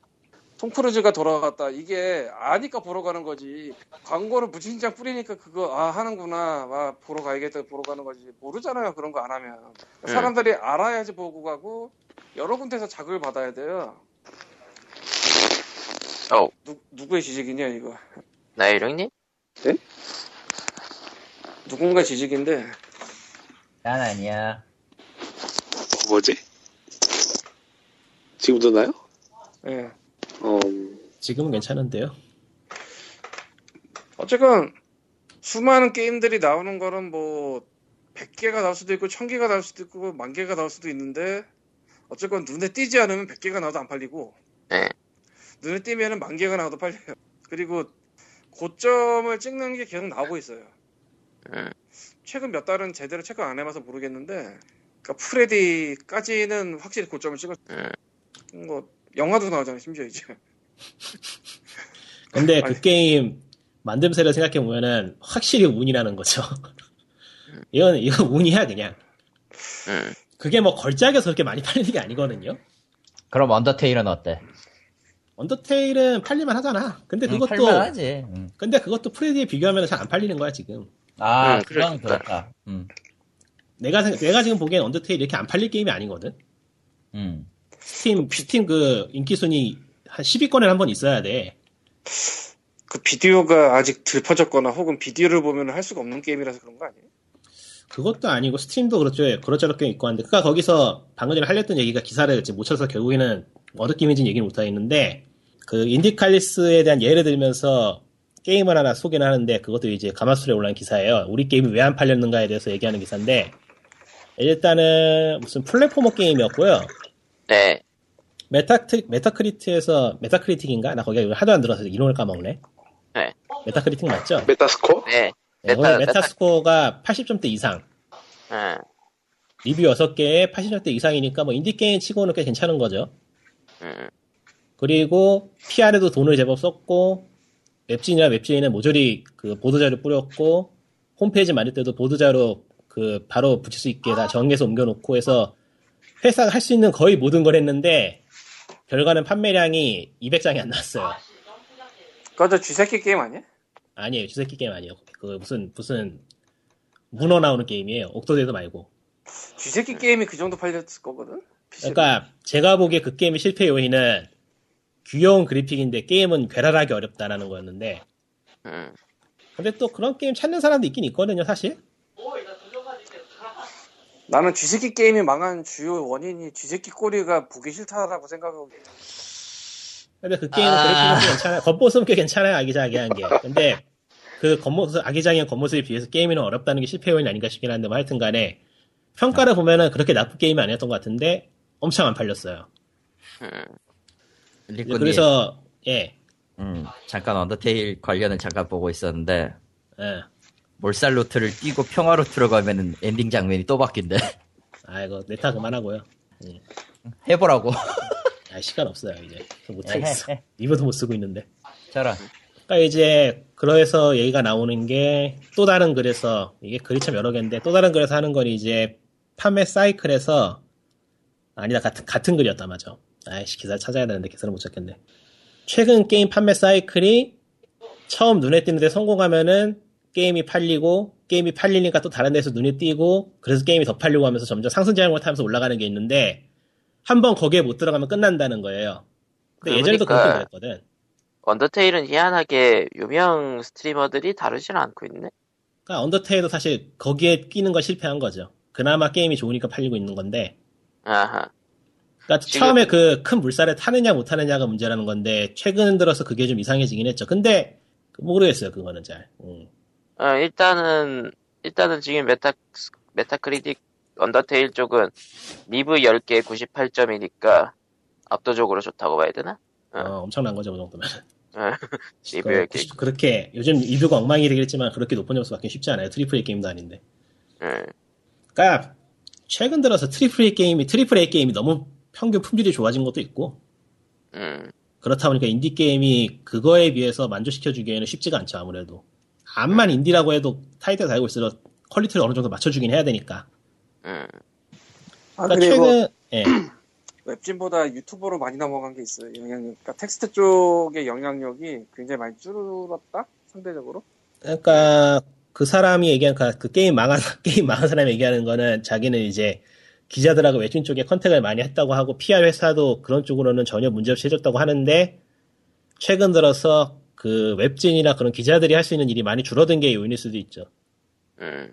C: 톰 크루즈가 돌아갔다 이게 아니까 보러 가는 거지 광고를 무진장 뿌리니까 그거 아 하는구나 아 보러 가야겠다 보러 가는 거지 모르잖아요 그런 거 안 하면
A: 네.
C: 사람들이 알아야지 보고 가고 여러 군데서 자극을 받아야 돼요
A: 어우.
C: 누, 누구의 지식이냐 이거
A: 네, 나이롱님
C: 누군가 지식인데
B: 난 아니야.
D: 뭐지? 지금도 나요?
C: 예.
D: 어,
E: 지금은 괜찮은데요.
C: 어쨌건 수많은 게임들이 나오는 거는 뭐 100개가 나올 수도 있고 1000개가 나올 수도 있고 만 개가 나올 수도 있는데 어쨌건 눈에 띄지 않으면 100개가 나와도 안 팔리고
A: 네.
C: 눈에 띄면은 만 개가 나와도 팔려요. 그리고 고점을 찍는 게 계속 나오고 있어요.
A: 네.
C: 최근 몇 달은 제대로 체크 안 해봐서 모르겠는데 그러니까 프레디까지는 확실히 고점을 찍었 뭐 영화도 나오잖아요 심지어 이제
E: 근데 그
C: 아니.
E: 게임 만듦새를 생각해 보면은 확실히 운이라는 거죠. 이건 이건 운이야 그냥.
A: 음.
E: 그게 뭐 걸작에서 그렇게 많이 팔리는 게 아니거든요.
B: 그럼 언더테일은 어때?
E: 언더테일은 팔릴만 하잖아. 근데
B: 음,
E: 그것도
B: 팔만하지. 음.
E: 근데 그것도 프레디에 비교하면 잘 안 팔리는 거야 지금.
B: 아,
A: 음,
B: 그건
A: 그러니까.
B: 그렇다. 음,
E: 내가 생- 내가 지금 보기엔 언더테일 이렇게 안 팔릴 게임이 아니거든.
B: 음.
E: 스팀 스팀 그 인기 순위 한 10위권에 한 번 있어야 돼.
C: 그 비디오가 아직 덜 퍼졌거나 혹은 비디오를 보면 할 수가 없는 게임이라서 그런 거 아니에요?
E: 그것도 아니고 스팀도 그렇죠. 그렇저렇게 있고 한데 그니까 거기서 방금 전에 하려던 얘기가 기사를 지금 못 쳐서 결국에는 어느 게임인지는 얘기를 못 하겠는데 그 인디칼리스에 대한 예를 들면서 게임을 하나 소개를 하는데 그것도 이제 가마술에 올라온 기사예요. 우리 게임이 왜 안 팔렸는가에 대해서 얘기하는 기사인데 일단은 무슨 플랫포머 게임이었고요.
A: 네
E: 메타크, 메타크리트에서 메타크리틱인가? 나 거기가 하도 안 들어서 이론을 까먹네.
A: 네.
E: 메타크리틱 맞죠?
D: 메타스코어?
A: 네.
E: 네, 거기
A: 메타-
E: 메타스코어가 80점대 이상.
A: 응.
E: 리뷰 6개에 80점대 이상이니까 뭐 인디게임 치고는 꽤 괜찮은 거죠.
A: 음.
E: 그리고 PR에도 돈을 제법 썼고, 웹진이나 웹진에는 모조리 그 보도자료 뿌렸고, 홈페이지 만들 때도 보도자료 그 바로 붙일 수 있게 다 정리해서 옮겨놓고 해서 회사가 할 수 있는 거의 모든 걸 했는데, 결과는 판매량이 200장이 안 나왔어요.
C: 그거 저 쥐새끼 게임 아니야?
E: 아니에요. 주새끼 게임 아니에요. 그 무슨, 무슨, 문어 나오는 게임이에요. 옥토데드 말고.
C: 쥐새끼 게임이 그 정도 팔렸을 거거든? PC로.
E: 그러니까 제가 보기에 그 게임의 실패 요인은 귀여운 그래픽인데 게임은 괴랄하기 어렵다라는 거였는데
A: 음.
E: 근데 또 그런 게임 찾는 사람도 있긴 있거든요 사실
C: 나는 쥐새끼 게임이 망한 주요 원인이 쥐새끼 꼬리가 보기 싫다라고 생각하고
E: 근데 그 게임은
B: 아.
E: 그래픽은 꽤 괜찮아요 겉모습은 꽤 괜찮아요 아기자기한 게 근데 그 겉모습 아기자기한 겉모습에 비해서 게임이 어렵다는 게 실패 요인 아닌가 싶긴 한데 뭐 하여튼 간에 평가를 보면은 그렇게 나쁜 게임이 아니었던 것 같은데 엄청 안 팔렸어요 이제
B: 리코님.
E: 그래서 예,
B: 음, 잠깐 언더테일 관련을 잠깐 보고 있었는데
E: 예.
B: 몰살 루트를 뛰고 평화 루트로 가면은 엔딩 장면이 또 바뀐대.
E: 아이고 네타 그만하고요 예.
B: 해보라고.
E: 아, 시간 없어요 이제 못하겠어
B: 에헤헤.
E: 리뷰도 못 쓰고 있는데
B: 저런.
E: 그러니까 이제 그래서 얘기가 나오는 게 또 다른 글에서 이게 글이 참 여러 개인데 또 다른 글에서 하는 건 이제 판매 사이클에서 아니다 같은 같은 글이었다 맞아. 아이씨 기사를 찾아야 되는데 기사를 못 찾겠네. 최근 게임 판매 사이클이 처음 눈에 띄는데 성공하면은 게임이 팔리고 게임이 팔리니까 또 다른 데서 눈에 띄고 그래서 게임이 더 팔리고 하면서 점점 상승장을 타면서 올라가는 게 있는데 한 번 거기에 못 들어가면 끝난다는 거예요. 근데 예전에도
A: 그러니까.
E: 그렇게 그랬거든.
A: 언더테일은 희한하게 유명 스트리머들이 다루진 않고 있네
E: 그러니까 언더테일도 사실 거기에 끼는 건 실패한 거죠. 그나마 게임이 좋으니까 팔리고 있는 건데
A: 아하
E: 그러니까
A: 지금-
E: 처음에 그 큰 물살에 타느냐 못 타느냐가 문제라는 건데 최근 들어서 그게 좀 이상해지긴 했죠. 근데 모르겠어요 그거는 잘. 음.
A: 어, 일단은 일단은 지금 메타 메타크리틱 언더테일 쪽은 리브 10개 98점이니까 압도적으로 좋다고 봐야 되나?
E: 어, 엄청난 거죠 그 정도면.
A: 아. 리브
E: 그,
A: 10개.
E: 그렇게 요즘 리뷰가 엉망이 되겠지만 그렇게 높은 점수 받기 쉽지 않아요. 트리플 A 게임도 아닌데.
A: 예.
E: 그러니까 최근 들어서 트리플 A 게임이 트리플 A 게임이 너무 평균 품질이 좋아진 것도 있고
A: 음.
E: 그렇다 보니까 인디 게임이 그거에 비해서 만족시켜 주기에는 쉽지가 않죠 아무래도. 암만 인디라고 해도 타이틀 달고 있으면 퀄리티를 어느 정도 맞춰주긴 해야 되니까.
A: 음.
C: 아
E: 그러니까
C: 그리고
E: 최근 예.
C: 웹진보다 유튜브로 많이 넘어간 게 있어요. 영향력. 그러니까 텍스트 쪽의 영향력이 굉장히 많이 줄었다. 상대적으로.
E: 그러니까 그 사람이 얘기한 그러니까 그 게임 망한 게임 망한 사람이 얘기하는 거는 자기는 이제 기자들하고 외신 쪽에 컨택을 많이 했다고 하고 PR 회사도 그런 쪽으로는 전혀 문제 없이 해줬다고 하는데 최근 들어서 그 웹진이나 그런 기자들이 할 수 있는 일이 많이 줄어든 게 요인일 수도 있죠.
A: 음.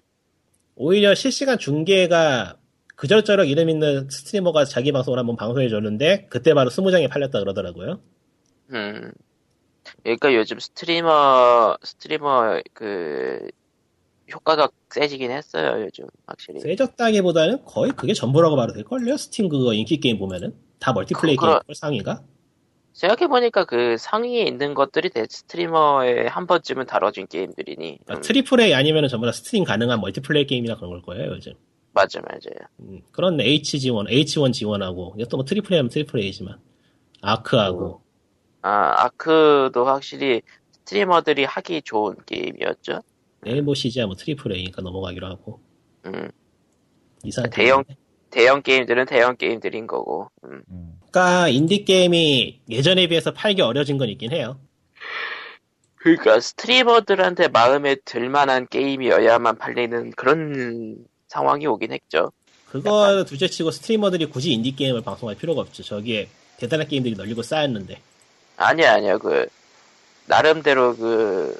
E: 오히려 실시간 중계가 그저저럭 이름 있는 스트리머가 자기 방송을 한번 방송해 줬는데 그때 바로 스무 장이 팔렸다 그러더라고요.
A: 음. 그러니까 요즘 스트리머 스트리머 그 효과가 세지긴 했어요, 요즘 확실히.
E: 세졌다기보다는 거의 그게 전부라고 봐도 될걸요? 스팀 그거 인기 게임 보면은 다 멀티플레이
A: 그거- 음.
E: 게임 상위가
A: 생각해보니까 그 상위에 있는 것들이 대 스트리머에 한 번쯤은 다뤄진 게임들이니. 음,
E: 그러니까 트리플 A 아니면은 전부 다 스트림 가능한 멀티플레이 게임이나 그런 걸 거예요 요즘.
A: 맞아, 맞아요.
E: 음, 그런 HG1, H1 지원하고 이것도 뭐 트리플 A면 트리플 A지만
A: 음.
E: 아크하고
A: 아, 아크도 확실히 스트리머들이 하기 좋은 게임이었죠.
E: 엘보 시즈야 뭐 트리플 A니까 넘어가기로 하고
A: 음,
E: 이상.
A: 대형- 대형 게임들은 대형 게임들인 거고. 음,
B: 음.
E: 그러니까 인디 게임이 예전에 비해서 팔기 어려진 건 있긴 해요.
A: 그러니까 스트리머들한테 마음에 들만한 게임이어야만 팔리는 그런 상황이 오긴 했죠.
E: 그거 둘째치고 스트리머들이 굳이 인디 게임을 방송할 필요가 없죠. 저기에 대단한 게임들이 널리고 쌓였는데.
A: 아니야, 아니야. 그 나름대로 그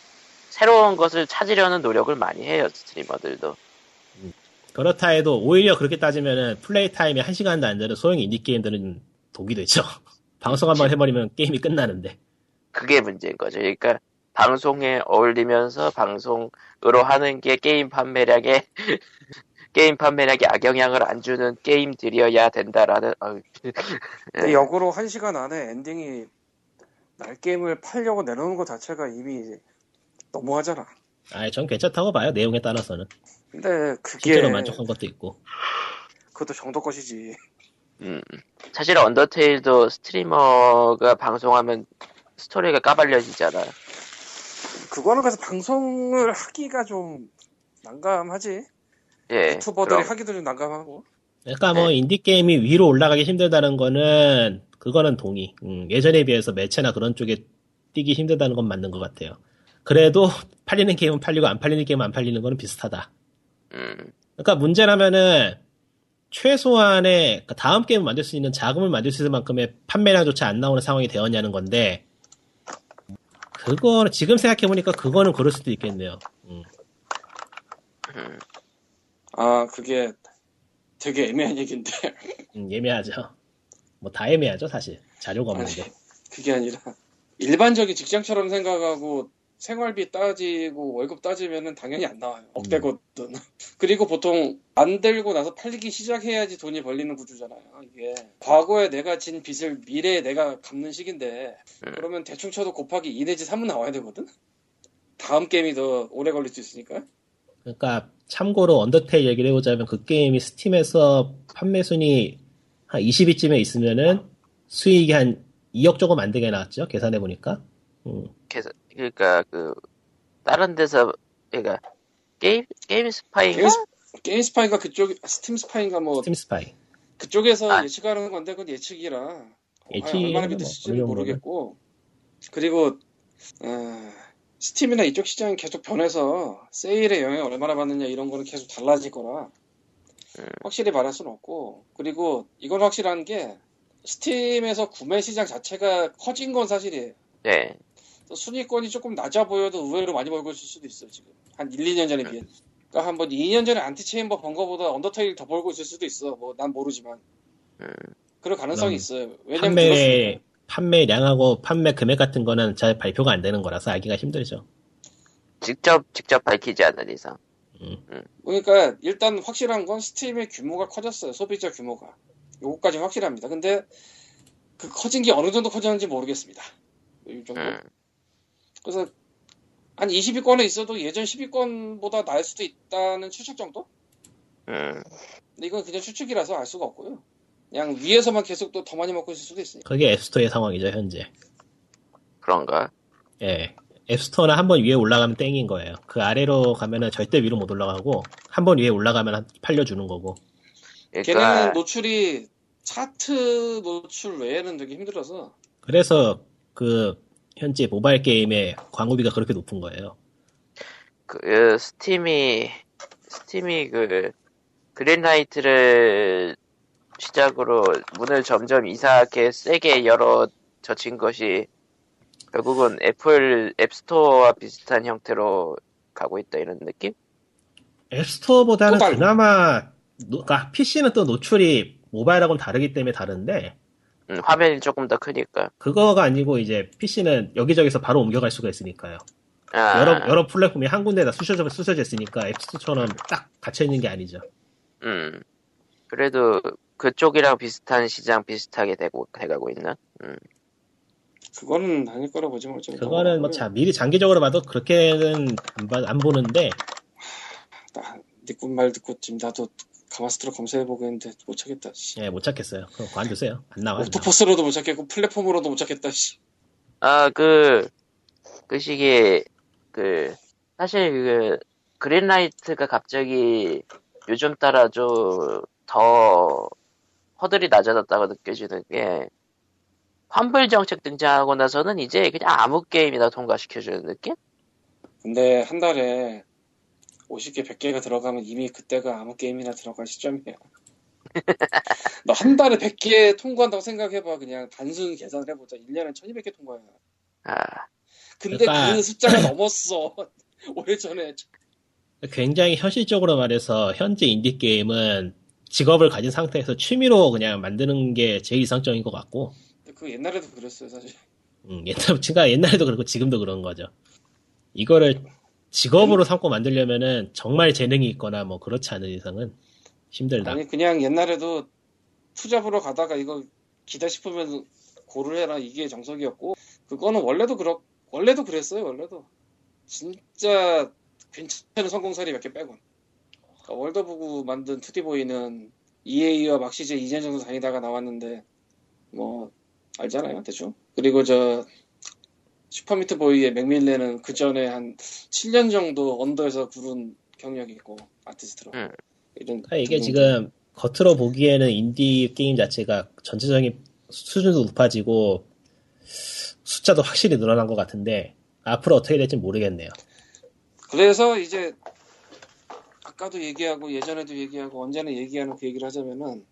A: 새로운 것을 찾으려는 노력을 많이 해요 스트리머들도.
E: 그렇다 해도 오히려 그렇게 따지면은 플레이 타임이 한시간도안 되는 소형 인디 게임들은 독이 되죠. 방송 한번 해버리면 게임이 끝나는데.
A: 그게 문제인 거죠. 그러니까 방송에 어울리면서 방송으로 하는 게 게임 판매량에 게임 판매량에 악영향을 안 주는 게임들이어야 된다라는 어,
C: 근데
A: 예.
C: 역으로 한 시간 안에 엔딩이 날 게임을 팔려고 내놓는 것 자체가 이미 너무하잖아.
E: 아전 괜찮다고 봐요. 내용에 따라서는.
C: 근데 그게
E: 실제로 만족한 것도 있고.
C: 그것도 정도 것이지.
A: 사실 언더테일도 스트리머가 방송하면 스토리가 까발려지잖아.
C: 그거는 그래서 방송을 하기가 좀 난감하지. 네,
A: 예.
C: 유튜버들이
A: 그럼.
C: 하기도 좀 난감하고.
E: 그러니까 뭐 인디 게임이 위로 올라가기 힘들다는 거는 그거는 동의. 음, 예전에 비해서 매체나 그런 쪽에 뛰기 힘들다는 건 맞는 것 같아요. 그래도 팔리는 게임은 팔리고 안 팔리는 게임은 안 팔리는 거는 비슷하다.
A: 음,
E: 그러니까 문제라면은 최소한의 그러니까 다음 게임을 만들 수 있는 자금을 만들 수 있을 만큼의 판매량조차 안 나오는 상황이 되었냐는 건데 그거는 지금 생각해 보니까 그거는 그럴 수도 있겠네요. 음.
C: 아 그게 되게 애매한 얘기인데
E: 음, 예매하죠. 뭐 다 예매하죠 사실 자료가 없는데.
C: 그게 아니라 일반적인 직장처럼 생각하고 생활비 따지고 월급 따지면은 당연히 안
E: 음.
C: 나와요. 억대거든. 그리고 보통 안 들고 나서 팔리기 시작해야지 돈이 벌리는 구조잖아요. 이게 과거에 내가 진 빚을 미래에 내가 갚는 식인데
E: 네.
C: 그러면 대충 쳐도 곱하기 2 내지 3은 나와야 되거든. 다음 게임이 더 오래 걸릴 수 있으니까.
E: 그러니까 참고로 언더테일 얘기를 해보자면 그 게임이 스팀에서 판매 순위 한 20위쯤에 있으면은 수익이 한 2억 조금 안 되게 나왔죠 계산해 보니까. 음.
A: 계속- 그러니까 그 다른 데서 그러니까 게임 게임 스파이가
C: 게임, 스- 게임 스파인가 그쪽 스팀 스파인가 뭐
E: 스팀 스파이.
C: 그쪽에서
A: 아.
C: 예측하는 건데 그건 예측이라 과연
E: 예측이면
C: 아, 얼마나
E: 뭐
C: 믿을지
E: 어느 정도는.
C: 모르겠고 그리고 어, 스팀이나 이쪽 시장이 계속 변해서 세일의 영향 을 얼마나 받느냐 이런 거는 계속 달라질 거라
E: 네.
C: 확실히 말할 수는 없고 그리고 이건 확실한 게 스팀에서 구매 시장 자체가 커진 건 사실이에요.
A: 네.
C: 그래서 순위권이 조금 낮아 보여도 의외로 많이 벌고 있을 수도 있어요 지금 한 1, 2년
E: 네.
C: 전에 비해. 그러니까 한번
E: 네.
C: 2년 전에 안티체인버 번 거보다 언더테일 더 벌고 있을 수도 있어. 뭐 난 모르지만. 그럴 가능성이 있어요. 왜냐면 그거-
E: 음. 판매 판매량하고 판매 금액 같은 거는 잘 발표가 안 되는 거라서 알기가 힘들죠.
A: 직접 직접 밝히지 않는 이상.
C: 그러니까 일단 확실한 건 스팀의 규모가 커졌어요. 소비자 규모가. 요거까지 확실합니다. 근데 그 커진 게 어느 정도 커졌는지 모르겠습니다. 이 정도.
A: 음.
C: 그래서 한 20위권에 있어도 예전 10위권보다 나을 수도 있다는 추측 정도?
A: 음.
C: 근데 이건 그냥 추측이라서 알 수가 없고요. 그냥 위에서만 계속 또 더 많이 먹고 있을 수도 있으니까.
E: 그게 앱스토어의 상황이죠 현재.
A: 그런가?
E: 예. 앱스토어는 한 번 위에 올라가면 땡인 거예요. 그 아래로 가면은 절대 위로 못 올라가고 한 번 위에 올라가면 한- 팔려주는 거고.
A: 그러니까
C: 걔네는 노출이 차트 노출 외에는 되게 힘들어서
E: 그래서 그 현재 모바일 게임의 광고비가 그렇게 높은 거예요.
A: 그, 그 스팀이 스팀이 그 그린라이트를 시작으로 문을 점점 이상하게 세게 열어 젖힌 것이 결국은 애플 앱스토어와 비슷한 형태로 가고 있다 이런 느낌?
E: 앱스토어보다는
C: 또 다른-
E: 그나마 노, 그러니까 PC는 또 노출이 모바일하고는 다르기 때문에 다른데
A: 음, 화면이 조금 더 크니까.
E: 그거가 아니고 이제 PC는 여기저기서 바로 옮겨갈 수가 있으니까요.
A: 아,
E: 여러 여러 플랫폼이 한 군데다 쑤셔져 쑤셔져 있으니까 앱스토어처럼 딱 갇혀 있는 게 아니죠.
A: 음. 그래도 그쪽이랑 비슷한 시장 비슷하게 되고 돼가고 있나? 음.
C: 그거는 아닐 거라 보지 뭐 어쩌면
E: 그거는 뭐 자, 미리 장기적으로 봐도 그렇게는 안, 봐- 안 보는데
C: 나, 니꿈말 듣고 지금 나도 가마스트로 검색해보고 했는데 못 찾겠다, 씨.
E: 예, 못 찾겠어요. 그럼 관두세요. 안 아, 나와. 안 나와.
C: 옥토퍼스로도 못 찾겠고, 플랫폼으로도 못 찾겠다, 씨.
A: 아, 그, 그 시기에, 그, 사실 그, 그린라이트가 갑자기 요즘 따라 좀 더 허들이 낮아졌다고 느껴지는 게, 환불 정책 등장하고 나서는 이제 그냥 아무 게임이나 통과시켜주는 느낌? 음.
C: 근데 한 달에 50개, 100개가 들어가면 이미 그때가 아무 게임이나 들어갈 시점이야. 너 한 달에 100개 통과한다고 생각해봐. 그냥 단순 계산을 해보자. 1년에 1200개 통과해.
A: 아,
C: 근데
E: 그러니까-
C: 그 숫자가 넘었어. 오래전에.
E: 굉장히 현실적으로 말해서 현재 인디 게임은 직업을 가진 상태에서 취미로 그냥 만드는 게 제일 이상적인 것 같고
C: 그 옛날에도 그랬어요, 사실.
E: 음, 옛날 제가 옛날에도 그렇고 지금도 그런 거죠. 이거를 직업으로 삼고 만들려면은 정말 재능이 있거나 뭐 그렇지 않은 이상은 힘들다.
C: 아니 그냥 옛날에도 투잡으로 가다가 이거 기다 싶으면 고를 해라 이게 정석이었고 그거는 원래도 그렇 원래도 그랬어요 원래도 진짜 괜찮은 성공사리 몇 개 빼곤 그러니까 월더부구 만든 2D보이는 EA와 막시제 이전 정도 다니다가 나왔는데 뭐 알잖아요 대충 그리고 저 슈퍼미트보이의 맥밀레는 그 전에 한 7년 정도 언더에서 구른 경력이 있고 아티스트로
A: 음.
C: 이런
E: 그러니까 이게
C: 등등.
E: 지금 겉으로 보기에는 인디 게임 자체가 전체적인 수준도 높아지고 숫자도 확실히 늘어난 것 같은데 앞으로 어떻게 될지 모르겠네요.
C: 그래서 이제 아까도 얘기하고 예전에도 얘기하고 언제나 얘기하는 그 얘기를 하자면은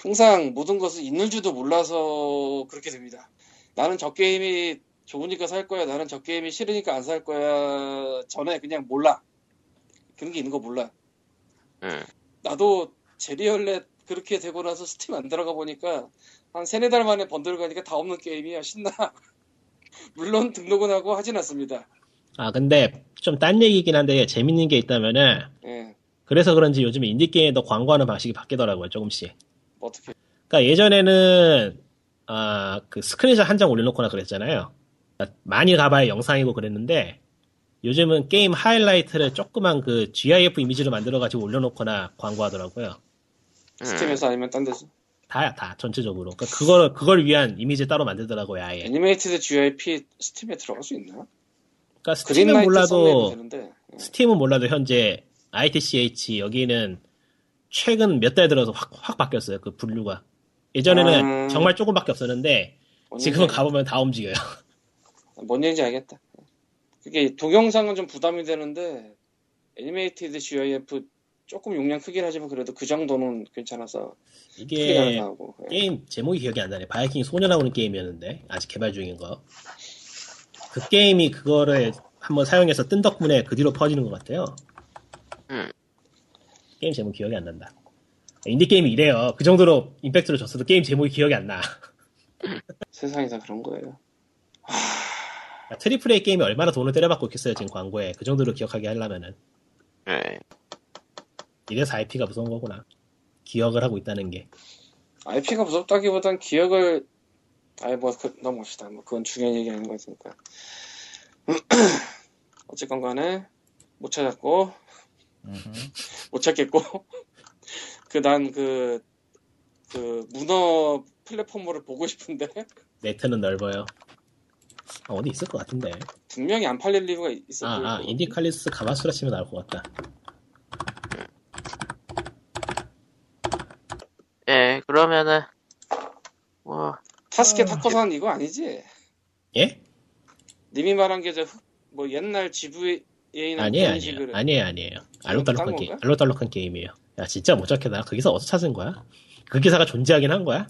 C: 항상 모든 것을 있는 줄도 몰라서 그렇게 됩니다. 나는 저 게임이 좋으니까 살 거야. 나는 저 게임이 싫으니까 안 살 거야. 전에 그냥 몰라. 그런 게 있는 거 몰라.
A: 음.
C: 나도 제리얼렛 그렇게 되고 나서 스팀 안 들어가 보니까 한 세네 달 만에 번들 가니까 다 없는 게임이야. 신나. 물론 등록은 하고 하진 않습니다.
E: 아 근데 좀 딴 얘기긴 한데 재밌는 게 있다면은
C: 예.
E: 그래서 그런지 요즘 인디 게임도 광고하는 방식이 바뀌더라고요 조금씩.
C: 뭐 어떻게
E: 그러니까 예전에는 아, 그 스크린샷 한 장 올려놓거나 그랬잖아요. 그러니까 많이 가봐야 영상이고 그랬는데 요즘은 게임 하이라이트를 조그만 그 GIF 이미지로 만들어가지고 올려놓거나 광고하더라고요.
A: 음.
C: 스팀에서 아니면 딴 데서
E: 다야 다 전체적으로. 그러니까 그걸 그걸 위한 이미지 따로 만들더라고요 아예.
C: 애니메이티드 GIP 스팀에 들어갈 수 있나?
E: 그러니까 스팀은
C: 그린라이트 썸네일은
E: 몰라도
C: 되는데
E: 스팀은 몰라도 현재 ITCH 여기는 최근 몇 달 들어서 확 확 바뀌었어요 그 분류가. 예전에는
C: 음.
E: 정말 조금밖에 없었는데
C: 뭔
E: 지금은
C: 얘기야?
E: 가보면 다 움직여요.
C: 뭔 얘기인지 알겠다. 그게 동영상은 좀 부담이 되는데 애니메이티드 GIF 조금 용량 크긴 하지만 그래도 그 정도는 괜찮아서 크게 잘
E: 이게
C: 나오고 예.
E: 게임 제목이 기억이 안 나네. 바이킹 소녀 나오는 게임이었는데 아직 개발 중인 거. 그 게임이 그거를 한번 사용해서 뜬 덕분에 그 뒤로 퍼지는 것 같아요.
A: 음.
E: 게임 제목 기억이 안 난다. 인디게임이 이래요. 그 정도로 임팩트를 줬어도 게임 제목이 기억이 안 나.
C: 세상에서 그런 거예요.
E: 야, 아, 트리플 A 게임이 얼마나 돈을 때려받고 있겠어요, 지금 광고에. 그 정도로 기억하게 하려면은.
A: 예.
E: 이래서 IP가 무서운 거구나. 기억을 하고 있다는 게.
C: IP가 무섭다기보단 기억을 아예 뭐 그, 넘어갑시다. 뭐 그건 중요한 얘기 아닌 거니까. 어쨌건 간에 못 찾았고
E: 음.
C: 못 찾겠고 그 난 그 그 문어 플랫폼으로 보고 싶은데
E: 네트는 넓어요. 아, 어디 있을 것 같은데.
C: 분명히 안 팔릴 이유가 있어
E: 아, 아, 인디칼리스 가마수라 치면 나올 것 같다.
A: 예, 그러면은, 뭐,
E: 아,
C: 타스케 타커산 이거 아니지?
E: 예?
C: 님이 말한 게 저 뭐 옛날 GVA나
E: 아니에요, 아니에요. 아니에요, 아니에요. 알록달록한
C: 딴
E: 게임,
C: 건가?
E: 알록달록한 게임이에요. 야, 진짜 못 찾게 나. 거기서 어디서 찾은 거야? 그 기사가 존재하긴 한 거야?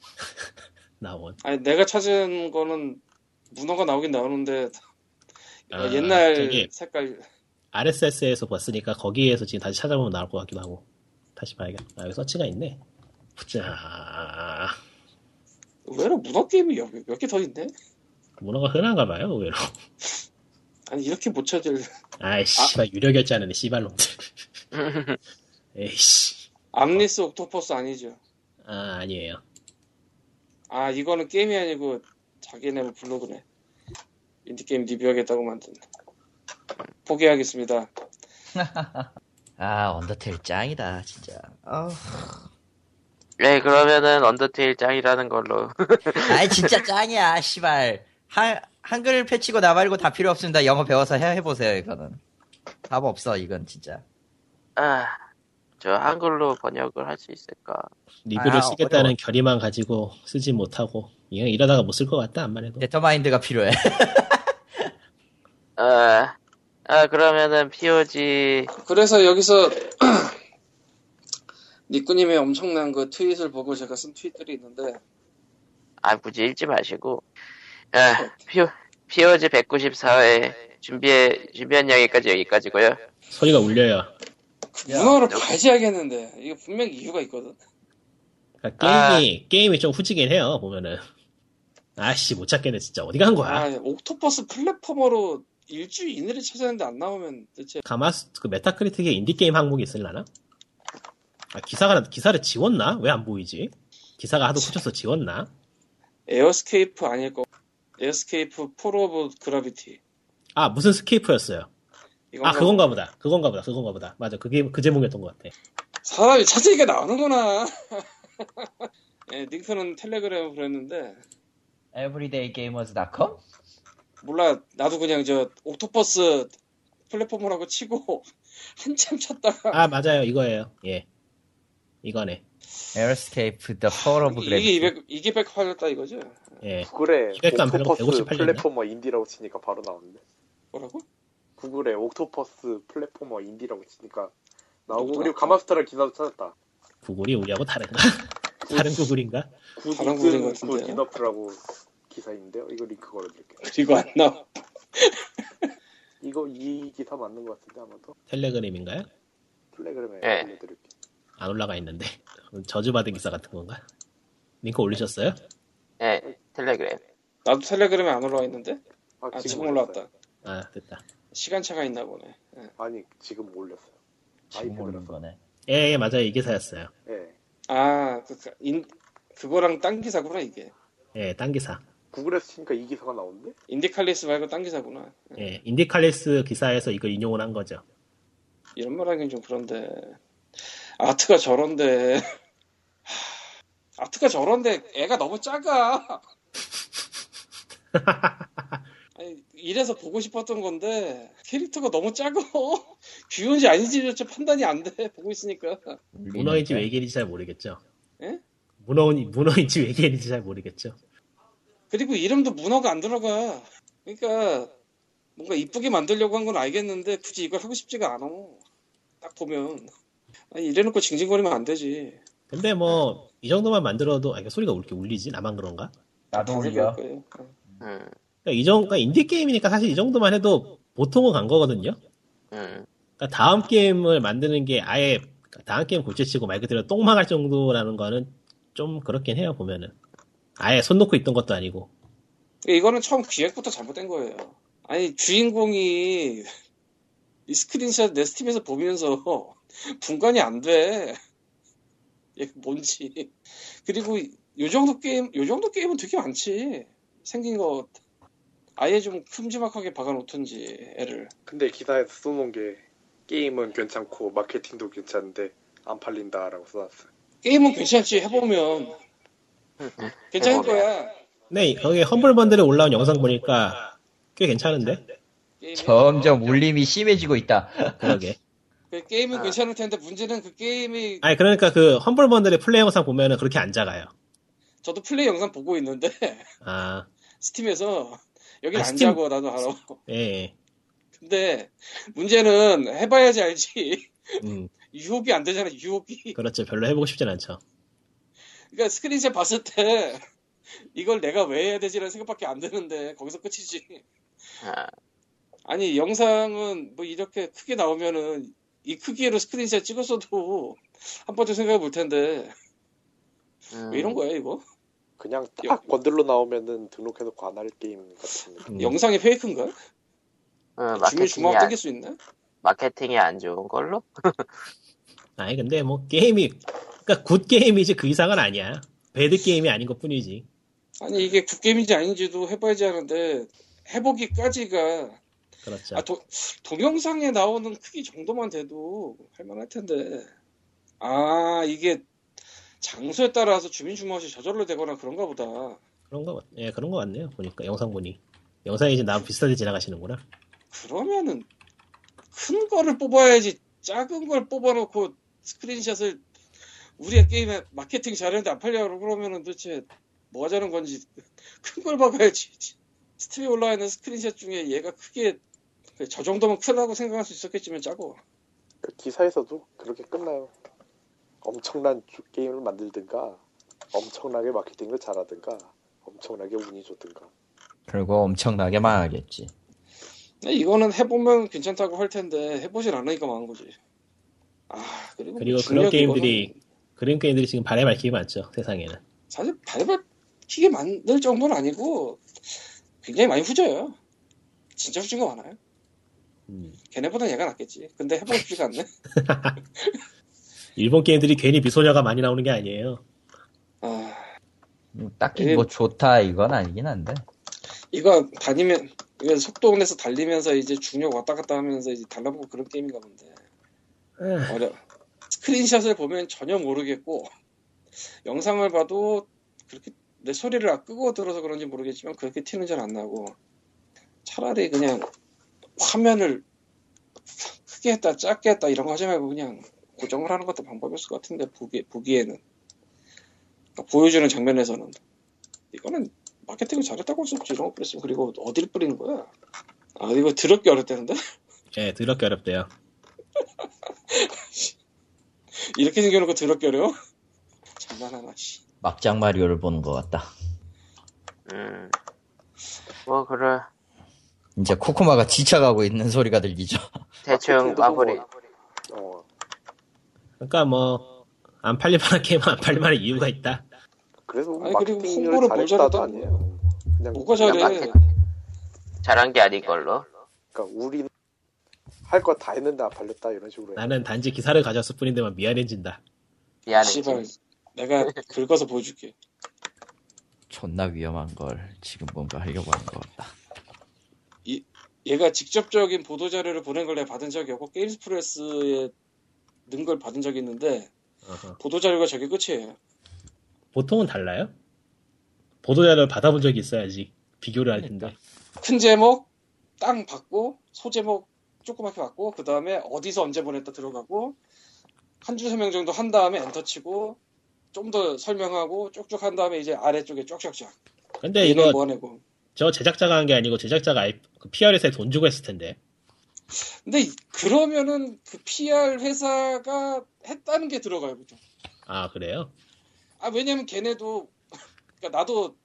E: 나온.
C: 아니 내가 찾은 거는 문어가 나오긴 나오는데
E: 아,
C: 옛날
E: 저기.
C: 색깔
E: RSS에서 봤으니까 거기에서 지금 다시 찾아보면 나올 것 같기도 하고. 다시 봐야겠다. 아, 여기 서치가 있네. 보자.
C: 왜로 문어 게임이 몇 개 더 있네?
E: 문어가 흔한가 봐요, 의외로.
C: 아니 이렇게 못 찾을
E: 아이씨, 유료 결제하는 씨발놈들.
B: 음.
E: 에이씨.
C: 암리스 옥토퍼스 아니죠?
E: 아, 아니에요.
C: 아 이거는 게임이 아니고 자기네 뭐 블로그네 인디 게임 리뷰하겠다고 만든 포기하겠습니다.
B: 아 언더테일 짱이다 진짜. 아
A: 예, 그러면은 언더테일 짱이라는 걸로.
B: 아이 진짜 짱이야 씨발. 한 한글 패치고 나 말고 다 필요 없습니다. 영어 배워서 해 해보세요 이거는. 답 없어 이건 진짜.
A: 아, 저 한글로 번역을 할 수 있을까?
E: 리뷰를
B: 아,
E: 쓰겠다는
B: 어려워.
E: 결의만 가지고 쓰지 못하고 그냥 이러다가 못 쓸 것 같다 안만 해도
B: 네. 데터마인드가 필요해.
A: 아, 아 그러면은 POG
C: 그래서 여기서 니꾸님의 엄청난 그 트윗을 보고 제가 쓴 트윗들이 있는데
A: 아 굳이 읽지 마시고 아, PO, POG 194회 준비해 준비한 여기까지 여기까지고요.
E: 소리가 울려요.
C: 그 문어를 발제하겠는데 이거 분명히 이유가 있거든.
B: 아.
E: 그러니까 게임이 게임이 좀 후지긴 해요 보면은 아씨 못 찾겠네 진짜 어디 간 거야?
C: 아 옥토퍼스 플랫폼으로 일주일 이내를 찾았는데 안 나오면 대체
E: 가마스 그 메타크리틱에 인디 게임 항목이 있을라나? 아, 기사가 기사를 지웠나? 왜 안 보이지? 기사가 하도 꽂혀서 지웠나?
C: 에어스케이프 아닐 거. 에어스케이프 포로 오브 그라비티.
E: 아 무슨 스케이프였어요?
C: 이건 뭐
E: 아 그건가 보다. 그건가 보다. 그건가 보다. 맞아 그게 그 제목이었던 것 같아.
C: 사람이 찾으니까 나오는구나. 예, 닉터는 텔레그램 그랬는데
B: Everyday Gamers.com?
C: 몰라 나도 그냥 저 옥토퍼스 플랫폼이라고 치고 한참 찾다가
E: 아 맞아요 이거예요. 예 이거네.
B: Airscape The Fall of
C: 이게
B: Gravity.
C: 200 이게 1 0 8렸다 이거죠?
E: 예
D: 구글에
E: 이백도 안 팔리고
D: 옥토퍼스
E: 158 렸나?
D: 플랫포머 인디라고 치니까 바로 나오는데
C: 뭐라고?
D: 구글에 옥토퍼스 플랫포머 인디라고 치니까 나오고
C: 옥토퍼스?
D: 그리고 가마스터라 기사도 찾았다
E: 구글이 우리하고 다른가?
C: 음.
E: 다른 구글인가?
D: 굿
C: 다른 구글인 것
D: 굿
C: 같은데요?
D: 이너프라고 기사 있는데요 이거 링크 걸어드릴게요
C: 이거 안 나와.
D: 이거 이 기사 맞는 것 같은데 아마도
E: 텔레그램인가요?
D: 텔레그램에
A: 예.
D: 올려드릴게요
E: 안 올라가 있는데 저주받은 기사 같은 건가? 링크 올리셨어요?
A: 예, 텔레그램.
C: 나도 텔레그램에 안 올라와 있는데? 아 지금 올라왔다.
D: 올렸어요.
E: 아 됐다.
C: 시간차가 있나 보네. 예.
D: 아니 지금 올렸어요
B: 지금 오는
D: 아이패드라서
B: 거네.
E: 예, 예 맞아요 이 기사였어요.
D: 예
C: 아 그, 그, 인, 그거랑 딴 기사구나 이게.
E: 예, 딴 기사.
D: 구글에서 치니까 이 기사가 나오는데
C: 인디칼리스 말고 딴 기사구나.
E: 예, 인디칼리스 기사에서 이걸 인용을 한 거죠.
C: 이런 말 하긴 좀 그런데 아트가 저런데 하, 아트가 저런데 애가 너무 작아 아니, 이래서 보고 싶었던 건데 캐릭터가 너무 작아 귀여운지 아닌지조차 판단이 안 돼 보고 있으니까
E: 문어인지 외계인인지 잘 모르겠죠.
C: 예?
E: 문어인 문어인지 외계인인지 잘 모르겠죠.
C: 그리고 이름도 문어가 안 들어가 그러니까 뭔가 이쁘게 만들려고 한 건 알겠는데 굳이 이걸 하고 싶지가 않아 딱 보면 아니 이래놓고 징징거리면 안 되지
E: 근데 뭐 이 정도만 만들어도 아, 이거 소리가 울게 울리지? 나만 그런가?
B: 나도
C: 그럴
B: 올려.
C: 거예요.
A: 음,
E: 그러니까 이 정도 그러니까 인디 게임이니까 사실 이 정도만 해도 보통은 간 거거든요.
A: 음,
E: 그러니까 다음 게임을 만드는 게 아예 다음 게임 골치치고 말 그대로 똥망할 정도라는 거는 좀 그렇긴 해요 보면은 아예 손 놓고 있던 것도 아니고
C: 그러니까 이거는 처음 기획부터 잘못된 거예요. 아니 주인공이 이 스크린샷 내 스팀에서 보면서 분간이 안 돼. 얘 뭔지. 그리고 요 정도 게임, 요 정도 게임은 되게 많지. 생긴 거 아예 좀 큼지막하게 박아놓던지 애를.
D: 근데 기사에서 써놓은 게 게임은 괜찮고 마케팅도 괜찮은데 안 팔린다라고 써놨어요.
C: 게임은 괜찮지 해보면 괜찮은 거야.
E: 네 거기 험블 번들에 올라온 영상 보니까 꽤 괜찮은데
C: 게임이.
B: 점점 울림이 심해지고 있다.
E: 그러게
C: 그 게임은 괜찮을 텐데 문제는 그 게임이
E: 아니 그러니까 그 험블 번들의 플레이 영상 보면은 그렇게 안 작아요
C: 저도 플레이 영상 보고 있는데
E: 아
C: 스팀에서 여긴
E: 아,
C: 안
E: 스팀-
C: 자고 나도 알아.
E: 예.
C: 근데 문제는 해봐야지 알지.
E: 음,
C: 유혹이 안 되잖아 유혹이.
E: 그렇죠. 별로 해보고 싶진 않죠.
C: 그러니까 스크린샷 봤을 때 이걸 내가 왜 해야 되지라는 생각밖에 안 드는데 거기서 끝이지.
A: 아,
C: 아니 영상은 뭐 이렇게 크게 나오면은 이 크기로 스크린샷 찍었어도 한 번쯤 생각해 볼 텐데
A: 음,
C: 왜 이런 거야 이거?
D: 그냥 딱 건들로 나오면은 등록해놓고 안 할 게임 같은 느낌.
E: 음.
C: 영상이 페이크인가?
A: 어,
C: 주민
A: 마케팅이,
C: 주먹
A: 안,
C: 땡길 수 있나?
A: 마케팅이 안 좋은 걸로?
E: 아니 근데 뭐 게임이 그러니까 굿 게임이지 그 이상은 아니야. 배드 게임이 아닌 것 뿐이지.
C: 아니 이게 굿게임인지 아닌지도 해봐야지 하는데 해보기까지가
E: 그렇죠.
C: 아, 도, 동영상에 나오는 크기 정도만 돼도 할만할 텐데 아 이게 장소에 따라서 주민 주먹이 저절로 되거나 그런가 보다
E: 그런 거 같- 예 그런 거 같네요. 보니까 영상 보니 영상이 이제 나랑 비슷하게
C: 어,
E: 지나가시는구나.
C: 뭐 그러면은 큰 거를 뽑아야지 작은 걸 뽑아놓고 스크린샷을 우리의 게임에 마케팅 잘했는데 안 팔려고 그러면은 도대체 뭐 하자는 건지 큰 걸 박아야지 스팀에 올라와 있는 스크린샷 중에 얘가 크게 저 정도면 크다고 생각할 수 있었겠지만 짜고
D: 그 기사에서도 그렇게 끝나요. 엄청난 주- 게임을 만들든가, 엄청나게 마케팅을 잘하든가, 엄청나게 운이 좋든가.
B: 그리고 엄청나게 망하겠지.
C: 근데 네, 이거는 해보면 괜찮다고 할 텐데 해보질 않으니까 망한 거지 아 그리고, 뭐
E: 그리고
C: 중력
E: 그런 게임들이
C: 이거는
E: 그런 게임들이 지금 발에 밝히기 많죠. 세상에는.
C: 사실 발발키게 만들 정도는 아니고 굉장히 많이 후져요 진짜 후진 거 많아요
E: 음.
C: 걔네보다 얘가 낫겠지. 근데 해보고 싶지가 않네.
E: 일본 게임들이 괜히 미소녀가 많이 나오는 게 아니에요.
C: 아,
B: 음,
C: 예.
B: 딱히 뭐 좋다 이건 아니긴 한데.
C: 이거 다니면, 이거 속도원에서 달리면서 이제 중력 왔다 갔다 하면서 이제 달라붙고 그런 게임인가 본데.
E: 아,
C: 어려 스크린샷을 보면 전혀 모르겠고, 영상을 봐도 그렇게 내 소리를 아- 끄고 들어서 그런지 모르겠지만 그렇게 티는 잘 안 나고, 차라리 그냥 화면을 크게 했다, 작게 했다 이런 거 하지 말고 그냥 고정을 하는 것도 방법이었을 것 같은데, 보기, 보기에는. 그러니까 보여주는 장면에서는. 이거는 마케팅을 잘했다고 할 수 없지 이런 거 뿌렸으면 그리고 어디를 뿌리는 거야 아 이거 드럽게 어렵다는데
E: 예, 드럽게 어렵대요.
C: 이렇게 생겨놓고 드럽게 어려워 장난하나 씨
B: 막장 마리오를 보는 것 같다.
A: 음. 뭐, 그래.
B: 이제 코코마가 지쳐가고 있는 소리가 들리죠.
A: 대충
D: 마케팅도
A: 마무리.
D: 뭐, 어,
E: 그러니까 뭐 안 팔릴만한 게임은 안 팔릴만한 이유가 있다.
D: 그래서 뭐
C: 아니, 그리고
D: 마케팅을
C: 홍보를 뭘
D: 잘했다도
C: 잘했다고.
D: 아니에요. 그냥
C: 뭐가
D: 그냥
C: 잘해
D: 마케-
A: 잘한 게 아닌 걸로.
D: 그러니까 우리는 할 거 다 했는데 안 팔렸다 이런 식으로.
A: 네.
D: 해요.
E: 나는 단지 기사를 가졌을 뿐인데만 미안해진다.
A: 미안해.
C: 씨발 내가 긁어서 보여줄게
B: 존나 위험한 걸 지금 뭔가 하려고 하는 것 같다.
C: 얘가 직접적인 보도 자료를 보낸 걸 내가 받은 적이 없고 게임스프레스에 는 걸 받은 적이 있는데
E: 어허.
C: 보도 자료가 저게 끝이에요
E: 보통은 달라요? 보도자료를 받아본 적이 있어야지 비교를 할 텐데.
C: 큰 제목 땅 받고 소제목 조그맣게 받고 그 다음에 어디서 언제 보냈다 들어가고 한 줄 설명 정도 한 다음에 엔터 치고 좀 더 설명하고 쭉쭉 한 다음에 이제 아래쪽에 쫙쫙쫙
E: 근데
C: 이걸
E: 네, 이거
C: 모아내고
E: 저 제작자가 한 게 아니고 제작자가 아예 그 PR 회사에 돈 주고 했을 텐데.
C: 근데 이- 그러면은 그 PR 회사가 했다는 게 들어가요 보통
E: 아 그래요?
C: 아 왜냐면 걔네도 그러니까 나도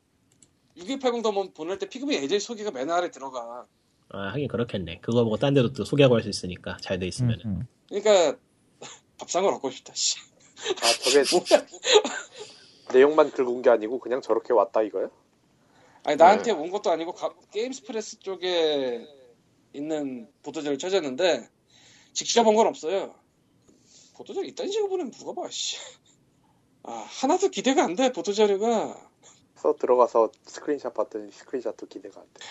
C: 6180 더먼 뭐 보낼 때 피그미 에이젤 소개가 맨 아래 들어가
E: 음,
B: 음.
E: 아 하긴 그렇겠네. 그거 보고 딴 데도 또 소개하고 할 수 있으니까 잘 돼 있으면. 은
C: 그러니까 밥상을 얻고 싶다. 씨.
D: 아 저게 내용만 들고 온 게 아니고 그냥 저렇게 왔다 이거야?
C: 아니
E: 네.
C: 나한테 온 것도 아니고 가- 게임스프레스 쪽에 있는 보도자를 찾았는데 직접 본 건 없어요. 보도자 이딴 식으로 보내면 누가 봐. 씨. 아 하나도 기대가 안 돼. 보도자료가
D: 서 들어가서 스크린샷 봤더니 스크린샷도 기대가 안 돼.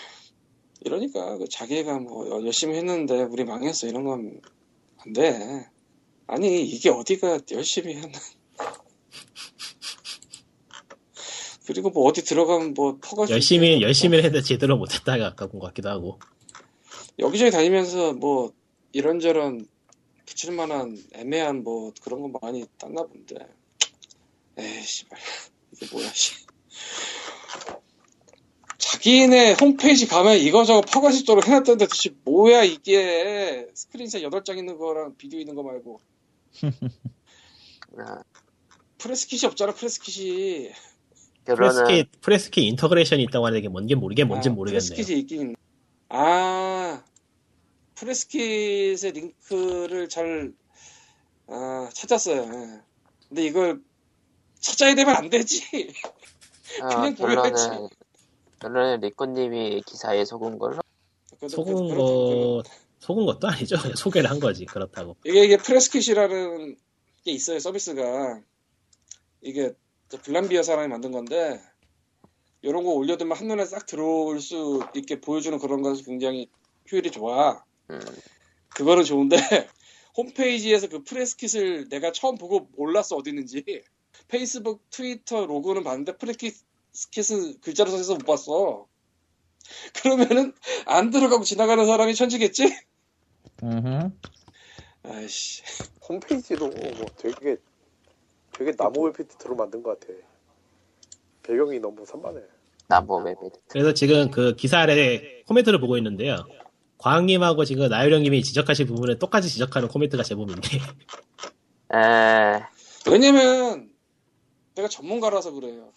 C: 이러니까 그 자기가 뭐 여- 열심히 했는데 우리 망했어 이런 건 안 돼. 아니 이게 어디가 열심히 했나? 그리고 뭐 어디 들어가면 뭐 퍼가지고
E: 열심히 열심히 해도 제대로 못했다가 아까운 것 같기도 하고
C: 여기저기 다니면서 뭐 이런저런 붙일 만한 애매한 뭐 그런 거 많이 땄나 본데. 에이 씨발 이게 뭐야 씨. 자기네 홈페이지 가면 이거저거 퍼가지도록 해놨던데 도대체 뭐야 이게 스크린샷 8장 있는 거랑 비디오 있는 거 말고
A: 아,
C: 프레스킷이 없잖아 프레스킷이
A: 결론은
E: 프레스키 프레스키 인터그레이션이 있다고 하는데 이게 뭔게 모르게 뭔지
C: 아,
E: 모르겠네요.
C: 프레스킷이 있긴 있- 아 프레스킷의 링크를 잘 아, 찾았어요 예. 근데 이걸 찾아야 되면 안 되지
A: 어,
C: 그냥 돌려야지.
A: 결론은 결론은 리코님이 기사에 속은 걸로.
C: 근데
E: 속은 뭐
C: 그-
E: 거 속은 것도 아니죠. 그냥 소개를 한 거지 그렇다고.
C: 이게 이게 프레스킷이라는 게 있어요 서비스가 이게 저 블람비아 사람이 만든 건데 이런 거 올려두면 한눈에 싹 들어올 수 있게 보여주는 그런 거라서 굉장히 효율이 좋아
A: 음.
C: 그거는 좋은데 홈페이지에서 그 프레스킷을 내가 처음 보고 몰랐어 어디 있는지 페이스북 트위터 로고는 봤는데 프레스킷은 글자로 써서 못 봤어 그러면은 안 들어가고 지나가는 사람이 천지겠지?
B: 음흠.
C: 아이씨
D: 홈페이지도 뭐 되게 되게 나무 웹페이지로 만든 것 같아. 배경이 너무 산만해.
A: 나무 웹에
E: 그래서 지금 그 기사 아래 코멘트를 보고 있는데요. 과학님하고 지금 나유령님이 지적하신 부분을 똑같이 지적하는 코멘트가 제법인데
A: 에,
C: 왜냐면 내가 전문가라서 그래요.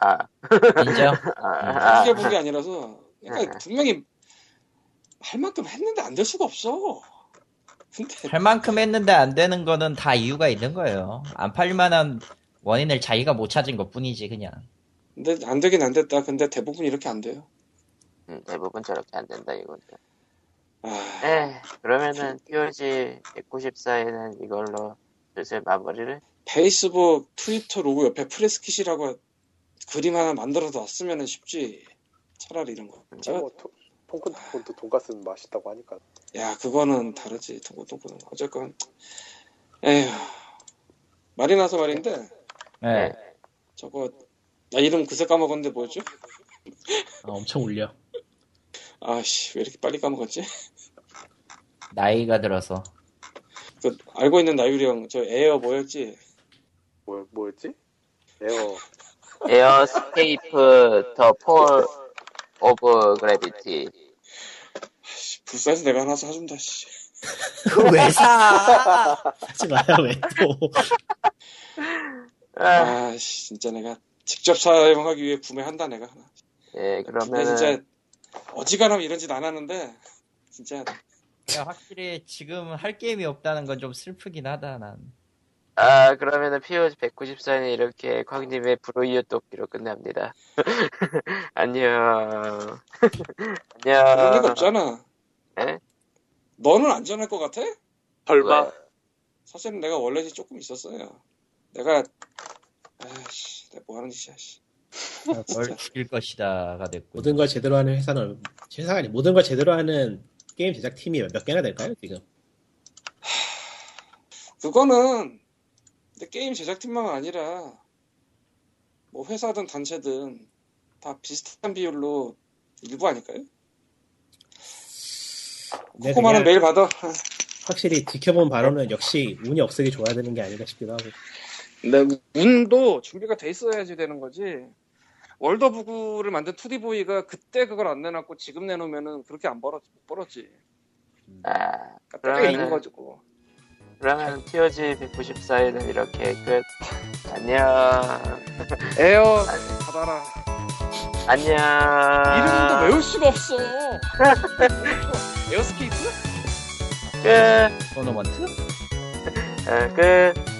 A: 아,
B: 인정.
A: 아, 아,
C: 어떻게 본 게 아니라서 그러니까
A: 아.
C: 분명히 할 만큼 했는데 안 될 수가 없어. 근데
B: 할 만큼 했는데 안 되는 거는 다 이유가 있는 거예요. 안 팔릴만한 원인을 자기가 못 찾은 것 뿐이지 그냥.
C: 근데 안 되긴 안 됐다. 근데 대부분 이렇게 안 돼요.
A: 음, 대부분 저렇게 안 된다 이건.
C: 아,
A: 에, 그러면은 POG 194에는 이걸로 슬슬 마무리를.
C: 페이스북, 트위터 로고 옆에 프레스킷이라고 그림 하나 만들어서 놨으면 쉽지. 차라리 이런 거. 제가-
D: 뭐 토- 폰콘폰도 돈가스는 맛있다고 하니까
C: 야 그거는 다르지. 동고동고. 어쨌건 에휴 말이 나서 말인데 예.
B: 네.
C: 저거 나 이름 그새 까먹었는데 뭐였죠?
E: 아, 엄청 울려.
C: 아씨 왜 이렇게 빨리 까먹었지?
B: 나이가 들어서.
C: 그 알고 있는 나유리 형 저 에어 뭐였지?
D: 뭐, 뭐였지? 에어
A: 에어스케이프 더 폴 오브 그래비티.
C: 씨, 불쌍해서 내가 하나 사준다 씨.
B: 그 왜 사?
E: 하지 마요 왜 또.
A: 아,
C: 아씨 진짜 내가 직접 사용하기 위해 구매한다 내가 하나.
A: 예,
C: 근데
A: 그러면은
C: 진짜 어지간하면 이런 짓 안 하는데 진짜
B: 확실히 지금 할 게임이 없다는 건 좀 슬프긴 하다 난.
A: 아 그러면은 POG 194는 이렇게 광님의 브로이어 돕기로 끝납니다. 안녕.
C: 그런 리가
A: 안녕.
C: 없잖아.
A: 에?
C: 너는 안전할 것 같아?
D: 설마
C: 사실은 내가 원래 조금 있었어요. 내가 아씨 내가 뭐 하는 짓이야 씨.
B: 널 죽일 것이다가 됐고.
E: 모든 걸 제대로 하는 회사는 회사가 아니 모든 걸 제대로 하는 게임 제작 팀이 몇 개나 될까요 지금?
C: 그거는 근데 게임 제작팀만 아니라 뭐 회사든 단체든 다 비슷한 비율로 일부 아닐까요?
E: 근데
C: 코코마는
E: 네, 그냥
C: 매일 받아.
E: 확실히 지켜본 바로는 역시 운이 없으게 좋아야 되는 게 아닌가 싶기도 하고.
C: 근데 네, 운도 준비가 돼 있어야지 되는 거지. 월더부구를 만든 2D보이가 그때 그걸 안 내놨고 지금 내놓으면은 그렇게 안 벌었지. 못 벌었지.
A: 아
C: 그러니까 때가 있는
A: 그러면은-
C: 거지고.
A: 그러면 POG 194에는 이렇게 끝. 안녕.
C: 에어 받아라.
A: 안녕.
C: 이름도
A: 아.
C: 외울 수가 없어. 에어스케이트?
A: 끝.
B: 뭐, 토너먼트?
A: 어, 끝.